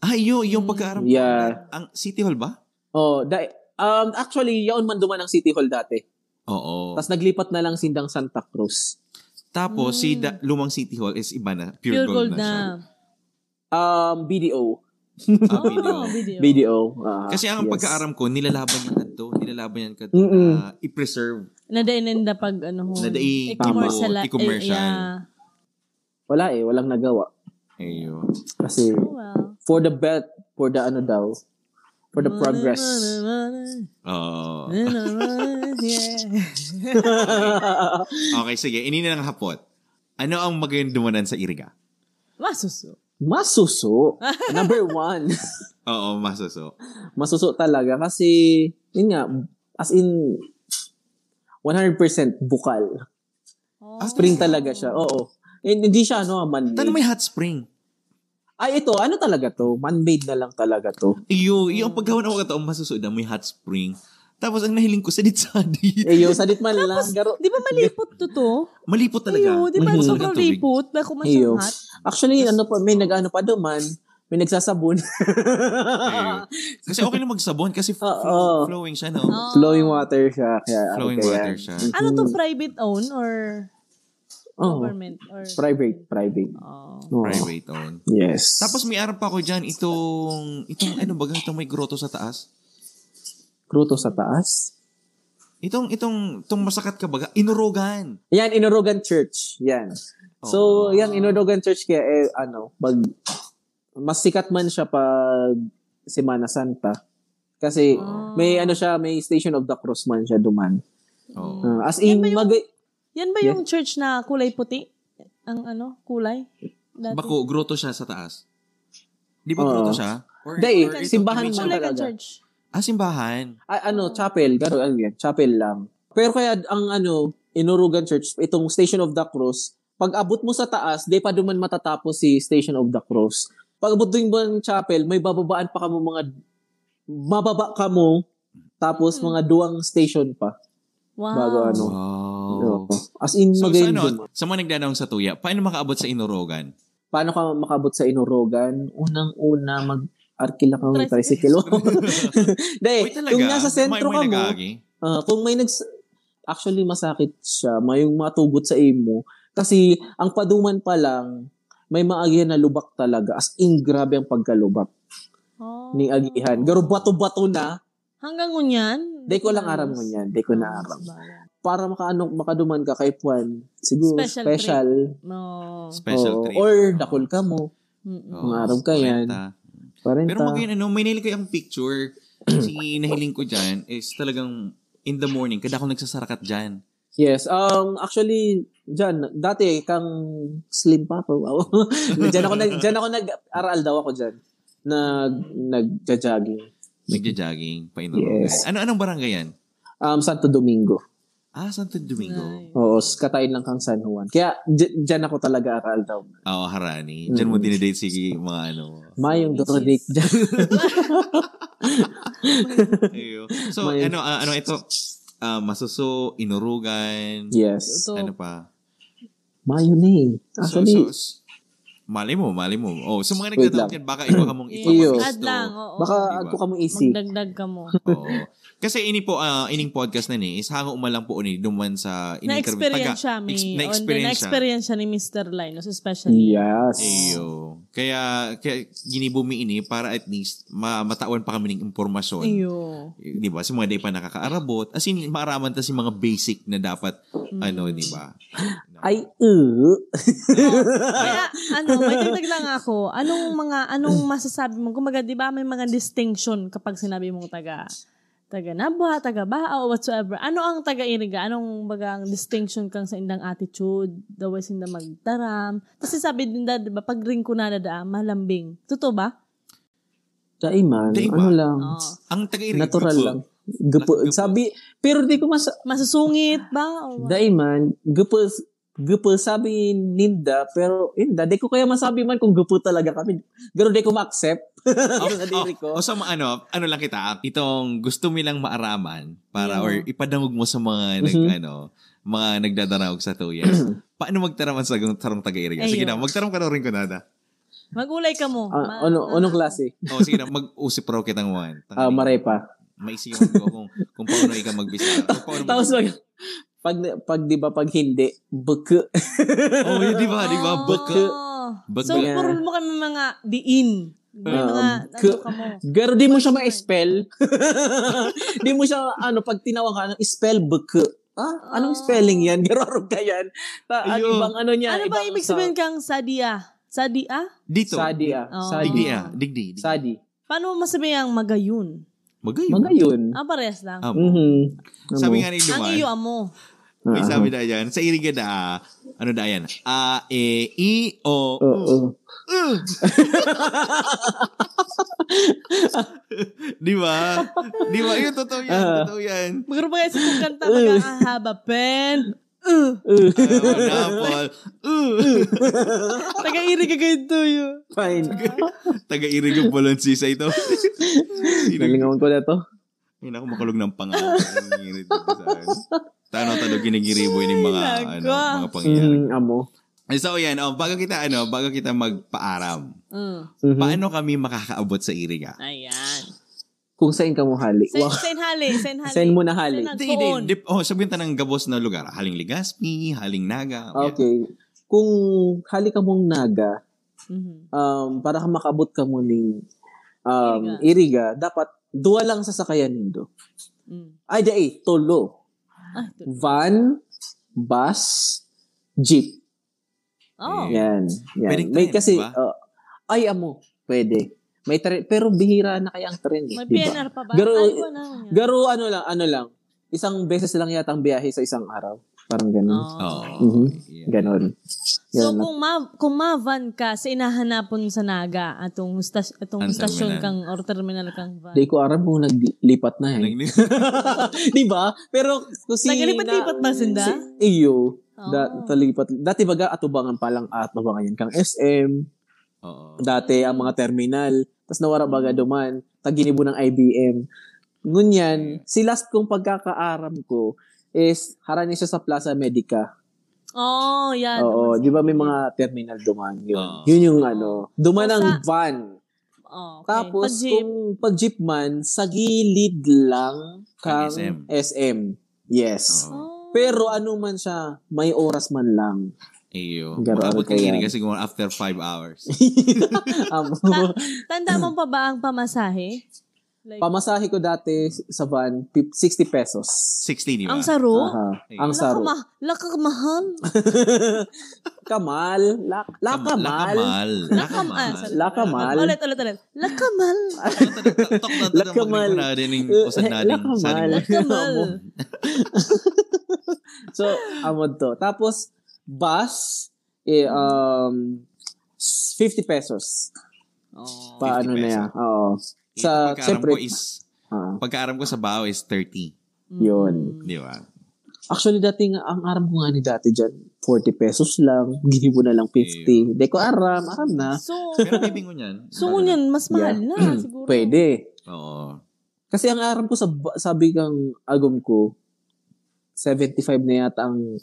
S3: Ah, iyo, yung pagkaaram.
S1: Yeah.
S3: Ang City Hall ba?
S1: Oh, da- um, actually, yaon man duman ang City Hall dati.
S3: Oo.
S1: Tapos naglipat na lang sindang Santa Cruz.
S2: Mm.
S3: Tapos, si da- Lumang City Hall is iba na.
S2: Pure
S3: Pure, gold, na. siya.
S1: Um, BDO.
S3: <laughs> Ah,
S2: Oo,
S3: video.
S2: Oh, video.
S1: BDO. ah,
S3: Kasi ang
S1: yes.
S3: pagkaaram ko, nilalaban niya kadto. Nilalaban niya kadto
S1: Mm-mm.
S3: na i-preserve.
S2: Nadainenda pag ano ho.
S3: Na dai-
S2: i-commercial.
S3: Tama. i-commercial.
S2: Eh,
S1: Wala eh, walang nagawa.
S3: Ayun.
S1: Kasi,
S2: yeah. Oh, well. <laughs>
S1: for the bet, for the ano daw, for the progress.
S3: Oo.
S2: Hmm. yeah.
S3: Okay, sige. Inina ng hapot. Ano ang magandang dumanan sa Iriga?
S2: Masuso.
S1: Masuso. Number one. <laughs>
S3: Oo, masoso.
S1: Masuso talaga kasi, yun nga, as in, 100% bukal.
S2: Oh.
S1: Spring talaga siya. Oo. And hindi siya ano,
S3: Tanong
S1: man-made.
S3: may hot spring.
S1: Ay, ito, ano talaga to? Man-made na lang talaga to.
S3: Iyo, iyo ang paggawa ng mga taong masuso na may hot spring. Tapos ang nahiling ko sa ditsadi.
S1: <laughs> Eh, yung sadit man lang. Garo,
S2: Di ba malipot to to?
S3: Malipot talaga.
S2: Iyo, di ba
S1: Mhm.
S2: sobrang
S3: Tubig.
S2: lipot? Na
S1: Iyo.
S2: kumasyang hot?
S1: Actually, ano pa, may nag-ano pa duman. May nagsasabon.
S3: Iyo. Kasi okay lang magsabon kasi fl-
S1: Oo. Oh.
S3: flow- flowing siya, no?
S2: Oo.
S1: <laughs> Flowing water siya. Kaya,
S3: Flowing
S1: okay,
S3: water
S1: yan.
S3: siya.
S2: Ano to, private own or
S1: Oo.
S2: government? Or...
S1: Private, private.
S2: Oh.
S1: Oo.
S3: Private own.
S1: Yes.
S3: Tapos may araw pa ako dyan, itong, itong ano ba, itong may grotto sa taas.
S1: Kruto
S2: Mm.
S1: sa taas.
S3: Itong, itong, itong masakat ka baga, inurugan.
S1: Yan, Inurugan Church. Yan. So,
S2: Oh.
S3: Oo.
S1: yan, Inurugan Church kaya, eh, ano, pag, mas sikat man siya pag Semana Santa. Kasi,
S2: Ah.
S1: may, ano siya, may Station of the Cross man siya duman.
S3: Oo.
S1: Ah, as in,
S2: Mm. Yan ba yung-
S1: mag-
S2: Yan ba yung church na kulay puti? Ang ano, kulay? Dati?
S3: Bako, grotto siya sa taas. Di ba
S1: Oo.
S3: grotto siya? Or,
S1: Day,
S3: or itong
S1: simbahan
S3: image-
S1: man
S2: Kulay ka
S1: talaga.
S2: church.
S3: Ah, simbahan.
S1: Ay, ano, chapel. Garo, ano yan, chapel lang. Pero kaya, ang ano, inurugan church, itong Station of the Cross, pag abot mo sa taas, di pa duman matatapos si Station of the Cross. Pag abot din mo ng chapel, may bababaan pa kamo mga, mababa ka mo, tapos
S2: Hmm.
S1: mga duwang station pa.
S2: Wow.
S1: Bago ano.
S3: Wow.
S1: Oo. As in,
S3: So, sa,
S1: magayon
S3: ano,
S1: duman.
S3: sa mga nagdadaong sa tuya, paano makaabot sa inurugan?
S1: Paano ka makabot sa inurugan? Unang-una, mag arkila ka ng tricycle. <laughs> Dahil,
S3: <laughs> Wait talaga?
S1: kung Eh, nasa
S3: May-
S1: sentro
S3: may
S1: ka mo,
S3: nag-aagi?
S1: Ah, kung may nags... Actually, masakit siya. May yung matugot sa imo. Kasi, ang paduman pa lang, may maagihan na lubak talaga. As in, grabe ang pagkalubak
S2: Oh.
S1: ni agihan. Garo bato-bato na.
S2: Hanggang ngunyan?
S1: Di ko lang aram mo niyan. Di ko na aram. Para makaano, makaduman ka kay Puan, siguro
S2: Special
S1: special.
S2: No.
S3: Special
S1: Oo.
S3: trip.
S1: Or dakol ka mo.
S3: Oh.
S2: Mm-mm.
S1: Kung araw ka yan.
S3: kwenta.
S1: 40.
S3: Pero magayon, ano, may nilig ko yung picture. Kasi nahiling ko dyan is talagang in the morning, kada ako nagsasarakat dyan.
S1: Yes. Um, actually, dyan, dati, kang slim pa ako. Wow. <laughs> dyan ako, nag, dyan ako nag-aral daw ako dyan. Nag, nag-jogging.
S3: Nagja-jogging, painurugan.
S1: Yes.
S3: Ano-anong Ano, barangay yan?
S1: Um, Santo Domingo.
S3: Ah, Santo Domingo.
S1: Oo, s- katain lang kang San Juan. Kaya, j- dyan ako talaga akal daw.
S3: Oo, Harani. Diyan mo
S1: Mm.
S3: dinedate si mga
S1: <laughs>
S3: ano.
S1: Mayong
S2: Which
S1: Dorodik
S2: is-
S1: dyan.
S3: Ayun. so,
S1: May-
S3: ano, ah, ano ito? Ah, masuso, inurugan.
S1: <laughs> yes.
S2: So,
S3: Ano pa?
S1: Mayonnaise.
S3: So,
S1: Actually,
S3: so, s- mali mo, mali mo. Oh, sa mga
S1: Wait
S3: nagtatanong
S1: lang.
S3: yan, baka iba ka mong
S2: eh,
S1: Iyo.
S2: add
S3: ipapasisto.
S2: lang, oo.
S1: baka
S3: diba?
S1: add ko ka mong isip.
S2: Magdagdag ka
S3: <laughs>
S2: mo.
S3: Oo. Kasi ini po, ah, ining podcast na ni, is hango umalang po ni duman sa ining
S2: Na-experience
S3: taga-
S2: siya, may, on
S3: ex-
S2: the-
S3: na-experience siya.
S2: na-experience siya ni Mr. Linus, especially.
S1: Yes.
S3: Iyo. Kaya, kaya ginibumi ini para at least ma- matawan pa kami ng impormasyon. <laughs>
S2: Iyo.
S3: di ba? Si mga day pa nakakaarabot. As in, maaraman ta si mga basic na dapat, ano, di ba?
S1: Ay, uh.
S2: Kaya, ano, may dagdag lang ako. Anong mga, anong masasabi mo? Kumaga, di ba, may mga distinction kapag sinabi mong taga, taga Nabwa, taga Baa, or whatsoever. Ano ang taga Iriga? Anong bagang distinction kang sa indang attitude, the way sinda magtaram? Kasi sabi din da, di ba, pag ring ko na da, malambing. Totoo ba?
S1: Daiman.
S3: Daiman.
S1: Ano lang.
S2: Oo.
S3: Ang taga
S1: Natural lang. Gupo.
S3: Gupo.
S1: Sabi, pero di ko mas...
S2: Masasungit ba? O,
S1: Daiman, gupo, gupo sabi ninda, pero inda, di ko kaya masabi man kung gupo talaga kami. Pero di ko ma-accept. <laughs>
S3: Ah,
S1: sa diri ko.
S3: O sa mga ano, ano lang kita, itong gusto mo lang maaraman para
S2: Iyo.
S3: or ipadangog mo sa mga nag,
S1: Mhm.
S3: ano, mga nagdadaraog
S1: <clears throat>
S3: sa tuyas. Paano magtaraman sa tarong taga iriga Sige
S2: Iyo.
S3: na, magtarong ka na rin ko nada.
S2: Magulay ka mo.
S1: Ah,
S2: Ma-
S1: ano,
S2: ma-
S1: anong klase?
S3: O sige na, mag-usip raw kitang one.
S1: Ah, marepa.
S3: Maisiwan ko kung, kung paano ikaw
S1: <laughs>
S3: magbisara. Kung paano
S1: Tapos
S3: mag-
S1: mag... Pag, pag di ba, pag hindi, buku.
S3: Oh, yun, di ba? Di ba?
S2: Oo.
S3: Baka. Baka.
S2: So,
S1: Yeah.
S2: puro mo kami mga diin. May
S1: Um,
S2: mga, ano
S1: k-
S2: ka mo.
S1: Pero di mo siya ma-spell. <laughs> di mo siya, ano, pag tinawag ka, ano, spell buku. Ah, anong spelling yan? <laughs> Garo ka yan. Ta, ang
S3: Ayun.
S1: ibang ano niya.
S2: Ano ba ibig sabihin kang sadia? Sadia?
S3: Dito.
S1: Sadi ah.
S2: Oo.
S1: Sadi.
S3: Digdi ah. Digdi. digdi.
S1: Sadi.
S2: Paano mo masabi ang magayon?
S3: Magayon.
S1: Mga yun.
S2: Ah, parehas lang.
S3: Ah,
S1: Mhm.
S3: Sabi nga ni
S2: ang
S3: Luan,
S2: iyo, amo.
S1: Ah,
S3: may sabi na yan, sa iriga na, ah, ano na yan, a, e, i, o,
S1: Oo. oo.
S3: uh. di ba? Di ba? Yun, totoo yan,
S1: Ah.
S3: totoo yan.
S2: Magkaroon ba kayo sa kung
S1: <laughs>
S2: kanta mag ang haba, pen. Uh,
S1: <laughs>
S3: Ayaw, napol, uh.
S2: taga-iriga kayo to yun.
S1: Fine.
S3: Taga-iriga
S1: <laughs>
S3: balansisa ito. Sino?
S1: Nalingawan ko na to.
S3: Hindi ako makulog ng pangalan. Nangingirit ako sa akin. Tano-tano ginigiriboy ni mga,
S2: Ay,
S3: ano,
S2: nako.
S3: mga pangyayari.
S1: Mm, amo.
S3: So, yan, oh, bago kita, ano, bago kita magpaaram,
S2: Mm.
S1: Mhm.
S3: paano kami makakaabot sa iriga?
S2: Ayan.
S1: Kung saan ka mo hali.
S2: Sen,
S1: Wow.
S2: sen hali, sen hali.
S1: Saan mo na hali?
S2: Sen-
S3: Hindi,
S2: Nagtuon.
S3: hindi. Dip- Oh, sabihin ta ng gabos na lugar. Haling Ligaspi, Haling Naga.
S1: Okay. Kung hali ka mong naga,
S2: Mhm.
S1: um, para ka makabot ka mo ng um, iriga,
S2: Iriga.
S1: dapat dua lang sasakayan nindo.
S2: Mm.
S1: Ay, di, ay, tolo.
S2: Ah, ito.
S1: Van, bus, jeep.
S2: Oh.
S1: Yan. yan.
S3: Pwedeng
S1: May
S3: tren,
S1: kasi,
S3: di ba?
S1: uh, ay amo, pwede. May tren, pero bihira na kaya ang tren. Eh,
S2: May
S1: di ba?
S2: PNR pa ba?
S1: Garo-
S2: Ay, wala na.
S1: Garo ano lang, ano lang. Isang beses lang yata ang biyahe sa isang araw. Parang ganun.
S2: Oh.
S3: Oh.
S1: Mhm.
S3: yeah.
S1: Ganun. Ganun
S2: So
S1: lang.
S2: kung ma kung mavan ka sa inahanapon sa Naga atong stas- atong
S3: Ang
S2: stasyon
S3: terminal.
S2: kang or terminal kang van.
S1: Di ko aram kung naglipat na yan.
S3: Nagni-
S1: <laughs> di ba? Pero kung si...
S2: Naglipat-lipat ba sinda?
S1: Si, iyo.
S2: Oh.
S1: Da, talipat. Dati baga atubangan pa lang at atubangan yan kang SM.
S3: <laughs> Oo.
S1: Dati ang mga terminal. Tapos nawara baga duman. Taginibo ng IBM. Ngunyan, si last kong pagkakaaram ko is harani siya sa Plaza Medica.
S2: oh, yan.
S1: Oo,
S2: Tama
S1: di ba
S2: sa-
S1: may mga terminal duman yun.
S3: Oo.
S1: Yun yung ano, duman ng
S2: Basta-
S1: van.
S2: Oh, okay.
S1: Tapos
S2: Pag-jeep.
S1: kung pag jeep man, sa gilid lang kang
S3: Ang SM.
S1: SM. Yes.
S3: Oo.
S2: Oh.
S1: Pero ano man siya, may oras man lang. <laughs>
S3: Iyo.
S1: Garo-
S3: Makabot ka
S1: ano kaya?
S3: iriga siguro after five
S1: <laughs>
S3: hours.
S1: Amo.
S2: Ta- tanda mo pa ba ang pamasahe? Like,
S1: Pamasahe ko dati sa van, pip- 60 pesos.
S3: 60, di ba?
S2: ang saro?
S1: Aha.
S3: Ayun.
S1: Ang saro.
S2: Lakama-
S3: <laughs>
S2: Lakamahal.
S1: Kamal. Lak- lakamal.
S3: Lakamal. Lakamal.
S2: Ah, sorry.
S1: Lakamal.
S2: Ulit, ulit, ulit. Lakamal.
S1: <laughs>
S3: Tok na tok na
S1: Lakamal.
S3: na din yung usan na din.
S1: Lakamal.
S2: Lakamal.
S1: Amo. So, amod to. Tapos, bus, eh, um, 50 pesos.
S2: Oh.
S1: Paano na yan? Oo. Sa,
S3: Sa, pagkaaram
S1: syempre,
S3: ko is,
S1: ah,
S2: Mm.
S3: pagkaaram ko sa Bao is 30.
S2: <laughs>
S1: yun.
S3: Di ba?
S1: Actually, dati nga, ang aram ko nga ni dati dyan, 40 pesos lang, gini mo na lang 50. Hindi ko aram, aram na.
S2: So,
S3: Pero bibingo niyan.
S2: so ngunyan, mas mahal
S1: <clears throat>
S2: na siguro.
S1: Mm. Pwede.
S3: Oo.
S1: Kasi ang aram ko, sa sabi kang agom ko, 75 na yata ang,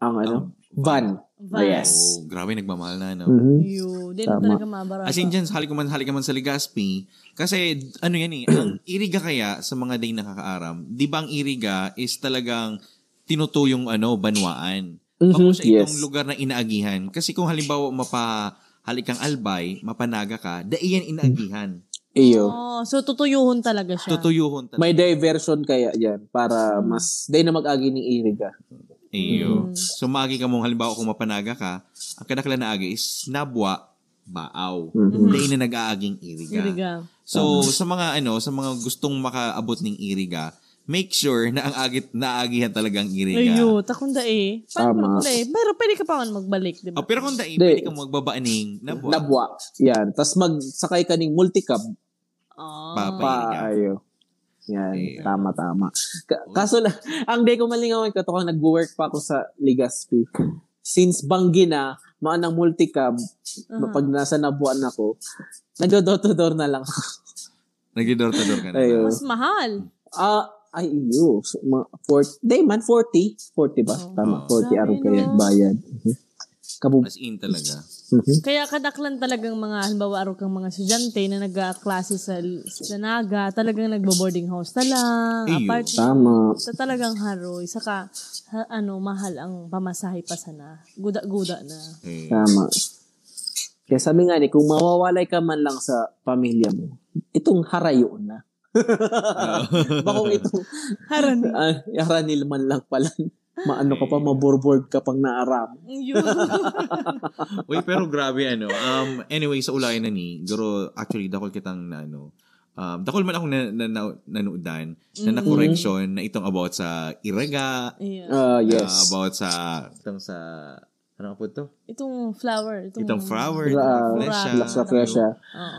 S1: ang ano, van.
S2: Van.
S1: Yes.
S3: Oh, grabe, nagmamahal na, no?
S1: Mhm.
S2: Yun, di na
S1: Tama.
S2: talaga mabarato.
S3: As in dyan, halika man, halika man sa Legazpi. Kasi, ano yan eh,
S1: <clears throat>
S3: ang iriga kaya sa mga day nakakaaram, di ba ang iriga is talagang tinutuyong ano, banwaan.
S1: Mhm,
S3: Bako siya
S1: yes.
S3: itong lugar na inaagihan. Kasi kung halimbawa mapa halikang albay, mapanaga ka, daiyan inaagihan.
S1: Iyo.
S2: Oh, so tutuyuhon talaga siya.
S3: Tutuyuhon talaga.
S1: Mm-hmm. May diversion kaya yan para mas, dahil na mag-agi ng iriga. Mm-hmm.
S3: Iyo. So, maagi ka mong halimbawa kung mapanaga ka, ang kanakla na agi is nabwa, baaw.
S1: Mm-hmm.
S3: Daiyan na nag-aaging
S2: Iriga.
S3: So sa mga ano, sa mga gustong makaabot ng iriga, make sure na ang agit naagihan talaga ang iriga.
S2: Ayun, takunda eh. Paano
S1: Tama.
S2: takunda eh? Pero pwede ka pa man magbalik, di ba?
S3: Ah, pero kung dai,
S1: Di.
S3: pwede kang magbabaaning na buwan.
S1: Nabwa. Yan. Tapos magsakay ka ng multicab.
S2: Oh.
S3: Papa. Pairiga.
S1: Pa, ayo. Yan,
S3: Ayo.
S1: tama, tama. Ka- kaso lang, ang day ko malingawan ko, kung nag-work pa ako sa Legazpi, since Banggi na, maan ang multicab, pag nasa nabuan ako, nagdo-door-to-door na lang. <laughs>
S3: Nagidor-tador ka na.
S1: Ayun.
S2: Mas mahal.
S1: Ah, ay, iyo. So, ma- 40, day man, 40. 40 ba? Tama, 40 araw
S2: Grabe
S1: kaya
S2: naman.
S1: bayad. mm-hmm. Mhm. Kabub.
S3: As in talaga.
S2: Kaya kadaklan talagang mga, halimbawa, araw kang mga estudyante na nag-klase sa, sa Naga, talagang nagbo-boarding house na lang,
S3: Ayun.
S2: apartment.
S1: Tama.
S2: Sa talagang haroy. Saka, ha- ano, mahal ang pamasahe pa sana. Guda-guda na.
S3: Eh,
S1: Tama. Kaya sabi nga ni, kung mawawalay ka man lang sa pamilya mo, itong harayo na. Bako itong
S2: Haran. <laughs>
S1: uh, haranil man lang pala. Maano ka pa, maborborg ka pang naaram.
S2: Yun.
S3: Uy, pero grabe ano. Um, anyway, sa ulayan na ni, pero actually, dakol kitang na ano, um, dakol man akong na, na, na, nanodan
S2: Mm-hmm.
S3: na na-correction na itong about sa Iraga,
S2: Ayan.
S1: Ah,
S3: na
S1: yes.
S3: about sa, itong sa, ano po ito?
S2: Itong flower. Itong,
S3: Itong flower,
S1: Ah,
S3: itong fresha.
S1: Black sa fresha.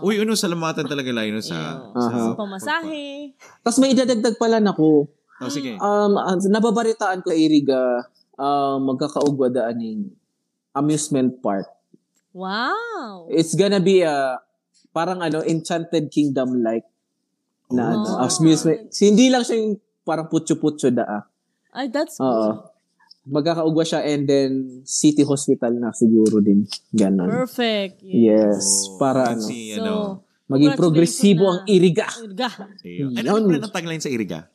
S2: Oo.
S3: Uy, ano, salamatan talaga Linus ha.
S2: Ayun.
S1: Uh-huh.
S3: Sa-
S2: Sa pamasahe.
S1: Tapos may idadagdag pala na ko.
S3: Oh, sige.
S1: Um, ah, nababaritaan ko, Iriga, uh, magkakaugwadaan ng amusement park.
S2: Wow.
S1: It's gonna be a parang ano Enchanted Kingdom like na ano,
S2: Oh.
S1: amusement. Hindi lang siya yung parang putyo-putyo daa.
S2: Ay, that's
S1: Oo.
S2: cool.
S1: Magkakaugwa siya and then city hospital na siguro din. Ganon.
S2: Perfect.
S1: Yes,
S3: Oh,
S1: para
S3: yan
S1: ano,
S3: Si, ano,
S1: maging progresibo ang iriga.
S2: Irga.
S3: ayun. ano
S1: Hmm. Yun.
S3: yung plan ng tagline sa Iriga?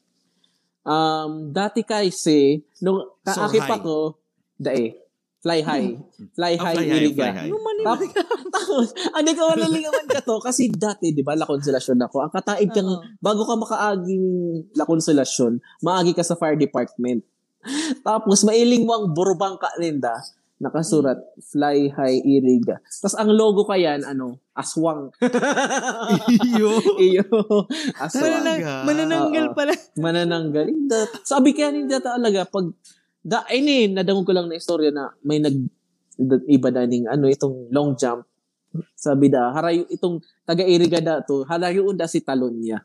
S1: Um, dati kasi, nung
S3: Soar
S1: kaakit
S3: high.
S1: ako, dae, fly high.
S2: Hmm.
S1: Fly
S3: Ah,
S1: high,
S3: fly high,
S1: iriga.
S3: fly <laughs> high.
S2: Ano man
S1: Tap- <laughs> Tapos, ano ko nalingawan ka to? Kasi dati, di ba, La Consolacion ako. Ang kataid kang,
S2: Oo.
S1: bago ka makaagi ng La Consolacion, maagi ka sa fire department. Tapos, mailing mo ang Burubangka Linda, nakasurat, fly high, iriga. Tapos, ang logo ka yan, ano, aswang. <laughs>
S3: Iyo.
S1: Iyo, aswang.
S2: Mananang, manananggal
S1: Oo.
S2: pala.
S1: Manananggal. Hindi, Sabi kaya ni Data talaga, pag, da, ay ni, nadamo ko lang na istorya na may nag, iba na ning, ano, itong long jump. Sabi da, harayo, itong taga-iriga da to, harayo da si talon niya.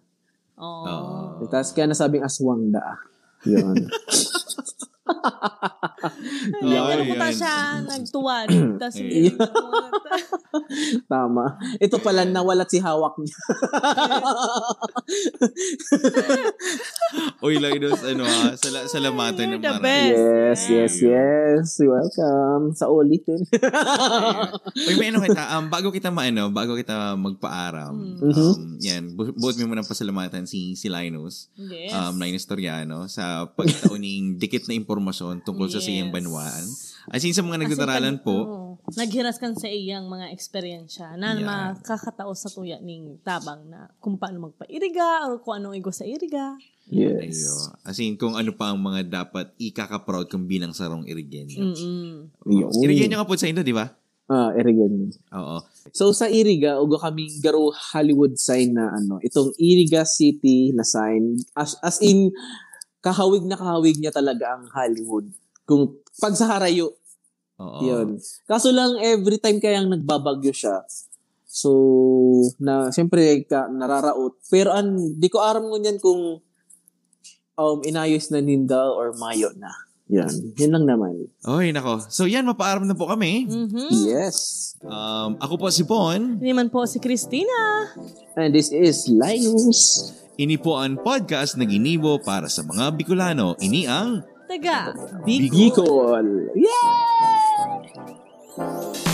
S2: Oh.
S1: Tapos kaya nasabing aswang da. Yun.
S2: Ay,
S3: Ayun.
S2: puta
S3: <clears throat>
S2: siya, nagtuwa. Tapos hindi.
S1: Tama. Ito pala, nawalat si hawak niya.
S3: Uy, Linus, ano ha, sala- salamatan ng
S2: You're the
S3: marami.
S2: best.
S1: Yes, yes, yes. Welcome. Sa ulitin.
S3: Ayun. Uy, may ano kita, um, bago kita maano, bago kita magpaaram,
S2: Hmm.
S1: Mm-hmm.
S3: um, yan, bu- buhat mo muna pasalamatan si, si Linus,
S2: Yes.
S3: um, Linus Toriano, sa pagtauning dikit na impormasyon tungkol sa siyang banwaan. As in, sa mga nagdadaralan po,
S2: Oo. ano, naghiras kan sa iyang mga eksperyensya na
S3: Yeah.
S2: makakatao sa tuya ning tabang na kung paano magpairiga or kung anong igo sa iriga.
S1: Yes.
S3: Ayo. As in, kung ano pa ang mga dapat ikaka-proud kung bilang sarong irigenyo.
S2: Mm-mm.
S1: Yun.
S3: Irigenyo ka po sa Indo, di ba?
S1: Ah, irigan niya.
S3: Oo.
S1: So sa Iriga, ugo kaming garo Hollywood sign na ano, itong Iriga City na sign. As, as in, kahawig na kahawig niya talaga ang Hollywood. Kung pag sa Harayo,
S3: Oo.
S1: yun. Kaso lang, every time kayang nagbabagyo siya, so, na, siyempre, ka, nararaot. Pero an, di ko aram ngunyan kung um, inayos na Nindal or Mayo na. Yan. Yan lang naman.
S3: Oy, nako. So yan, mapaaram na po kami.
S2: Mhm.
S1: Yes.
S3: Um, ako po si Pon.
S2: Hindi man po si Christina.
S1: And this is Linus.
S3: Ini po ang podcast na ginibo para sa mga Bicolano. Ini ang
S2: Taga,
S1: Bicol. Yay!